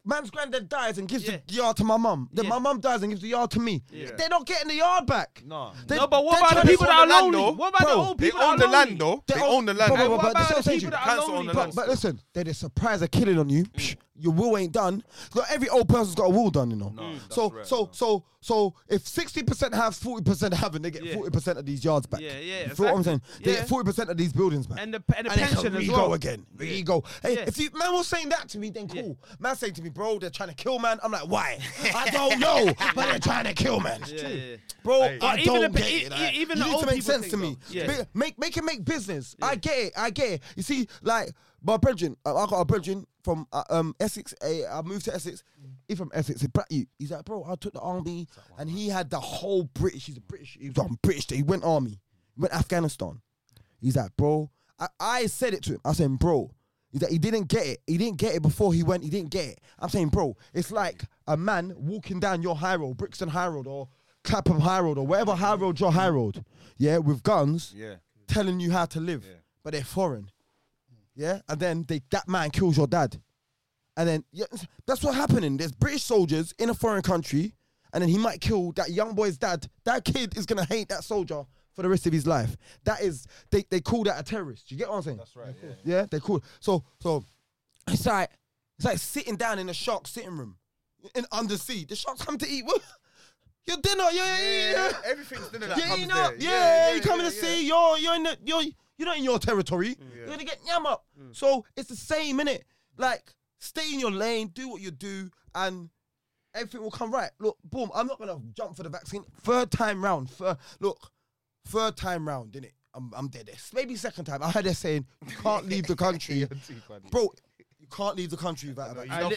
Speaker 4: man's granddad dies and gives
Speaker 3: Yeah.
Speaker 4: the yard to my mum. Then
Speaker 3: Yeah.
Speaker 4: my mum dies and gives the yard to me.
Speaker 5: Yeah.
Speaker 4: They're not getting the yard back.
Speaker 5: No.
Speaker 4: They-
Speaker 3: No, but what
Speaker 4: they're
Speaker 3: about the
Speaker 4: trying to-
Speaker 3: people that are
Speaker 5: They own the land,
Speaker 3: lonely?
Speaker 5: though.
Speaker 3: What about the
Speaker 4: Bro,
Speaker 3: old
Speaker 5: They
Speaker 3: people that
Speaker 5: own the
Speaker 3: are
Speaker 5: land,
Speaker 3: lonely?
Speaker 5: though. They own the land.
Speaker 4: Bro, bro,
Speaker 3: What
Speaker 4: bro,
Speaker 3: about
Speaker 4: that's what I'm
Speaker 3: the
Speaker 4: saying to
Speaker 3: people
Speaker 4: you.
Speaker 3: that are
Speaker 5: Cancel
Speaker 3: lonely? Mm.
Speaker 5: on the
Speaker 3: bro?
Speaker 5: land.
Speaker 4: But, but listen, they're the surprise are killing on you. Psh, your will ain't done. Not every old person's got a will done, you know.
Speaker 3: Mm.
Speaker 4: so
Speaker 11: that's right,
Speaker 4: so
Speaker 11: no.
Speaker 4: so so if sixty percent have, forty percent haven't, they get
Speaker 3: Yeah.
Speaker 4: forty percent of these yards back.
Speaker 3: Yeah, yeah,
Speaker 4: You feel what I'm
Speaker 3: exactly.
Speaker 4: saying? They
Speaker 3: Yeah.
Speaker 4: get forty percent of these buildings back.
Speaker 3: And the and the pension
Speaker 4: they
Speaker 3: as
Speaker 4: can
Speaker 3: well.
Speaker 4: Rego again. Rego. Hey,
Speaker 3: Yeah.
Speaker 4: if you man was saying that to me, then
Speaker 3: Yeah.
Speaker 4: cool. Man saying to me, bro, they're trying to kill man. I'm like, why? I don't know, but they're trying to kill man. It's
Speaker 3: Yeah,
Speaker 4: true.
Speaker 3: yeah, yeah.
Speaker 4: Bro,
Speaker 3: But
Speaker 4: I
Speaker 3: even
Speaker 4: don't
Speaker 3: the-
Speaker 4: get
Speaker 3: e-
Speaker 4: it. like,
Speaker 3: e- even
Speaker 4: you
Speaker 3: the
Speaker 4: need
Speaker 3: old
Speaker 4: to make
Speaker 3: people
Speaker 4: sense to
Speaker 3: think
Speaker 4: me.
Speaker 3: though. Yeah.
Speaker 4: Make- Make make it make business. I get it. I get it. You see, like my brethren, uh, I got a brethren from uh, um Essex. eh, I moved to Essex. He from Essex. He brat you. He's like, bro, I took the army, and he had the whole British. He's a British. He was on British. He went army. He went Afghanistan. He's like, bro. I, I said it to him. I said, bro. He's like, he didn't get it. He didn't get it before he went. He didn't get it. I'm saying, bro, it's like a man walking down your high road, Brixton High Road or Clapham High Road or whatever high road your high road, yeah, with guns,
Speaker 11: Yeah.
Speaker 4: telling you how to live, but they're foreign, yeah. And then they, that man kills your dad, and then yeah, that's what's happening. There's British soldiers in a foreign country, and then he might kill that young boy's dad. That kid is gonna hate that soldier for the rest of his life. That is, they they call that a terrorist. You get what I'm saying? That's right. Yeah, they call. So so, it's like it's like sitting down in a shark sitting room, in undersea. The sharks come to eat. What? Your dinner, yeah, yeah, yeah. yeah.
Speaker 11: Everything's dinner that
Speaker 4: Yeah,
Speaker 11: comes
Speaker 4: you know,
Speaker 11: there.
Speaker 4: yeah, you come in
Speaker 11: yeah,
Speaker 4: the
Speaker 11: yeah. Mm.
Speaker 4: sea, you're you're in the you're you're not in your territory. You're gonna get yam up. So it's the same innit? Like stay in your lane, do what you do, and everything will come right. Look, boom, I'm not gonna jump for the vaccine. Third time round, thir- look, third time round, innit? I'm I'm dead. Maybe second time. I heard they're saying you can't leave the country. Bro, you can't leave the country without a vaccine.
Speaker 3: I li-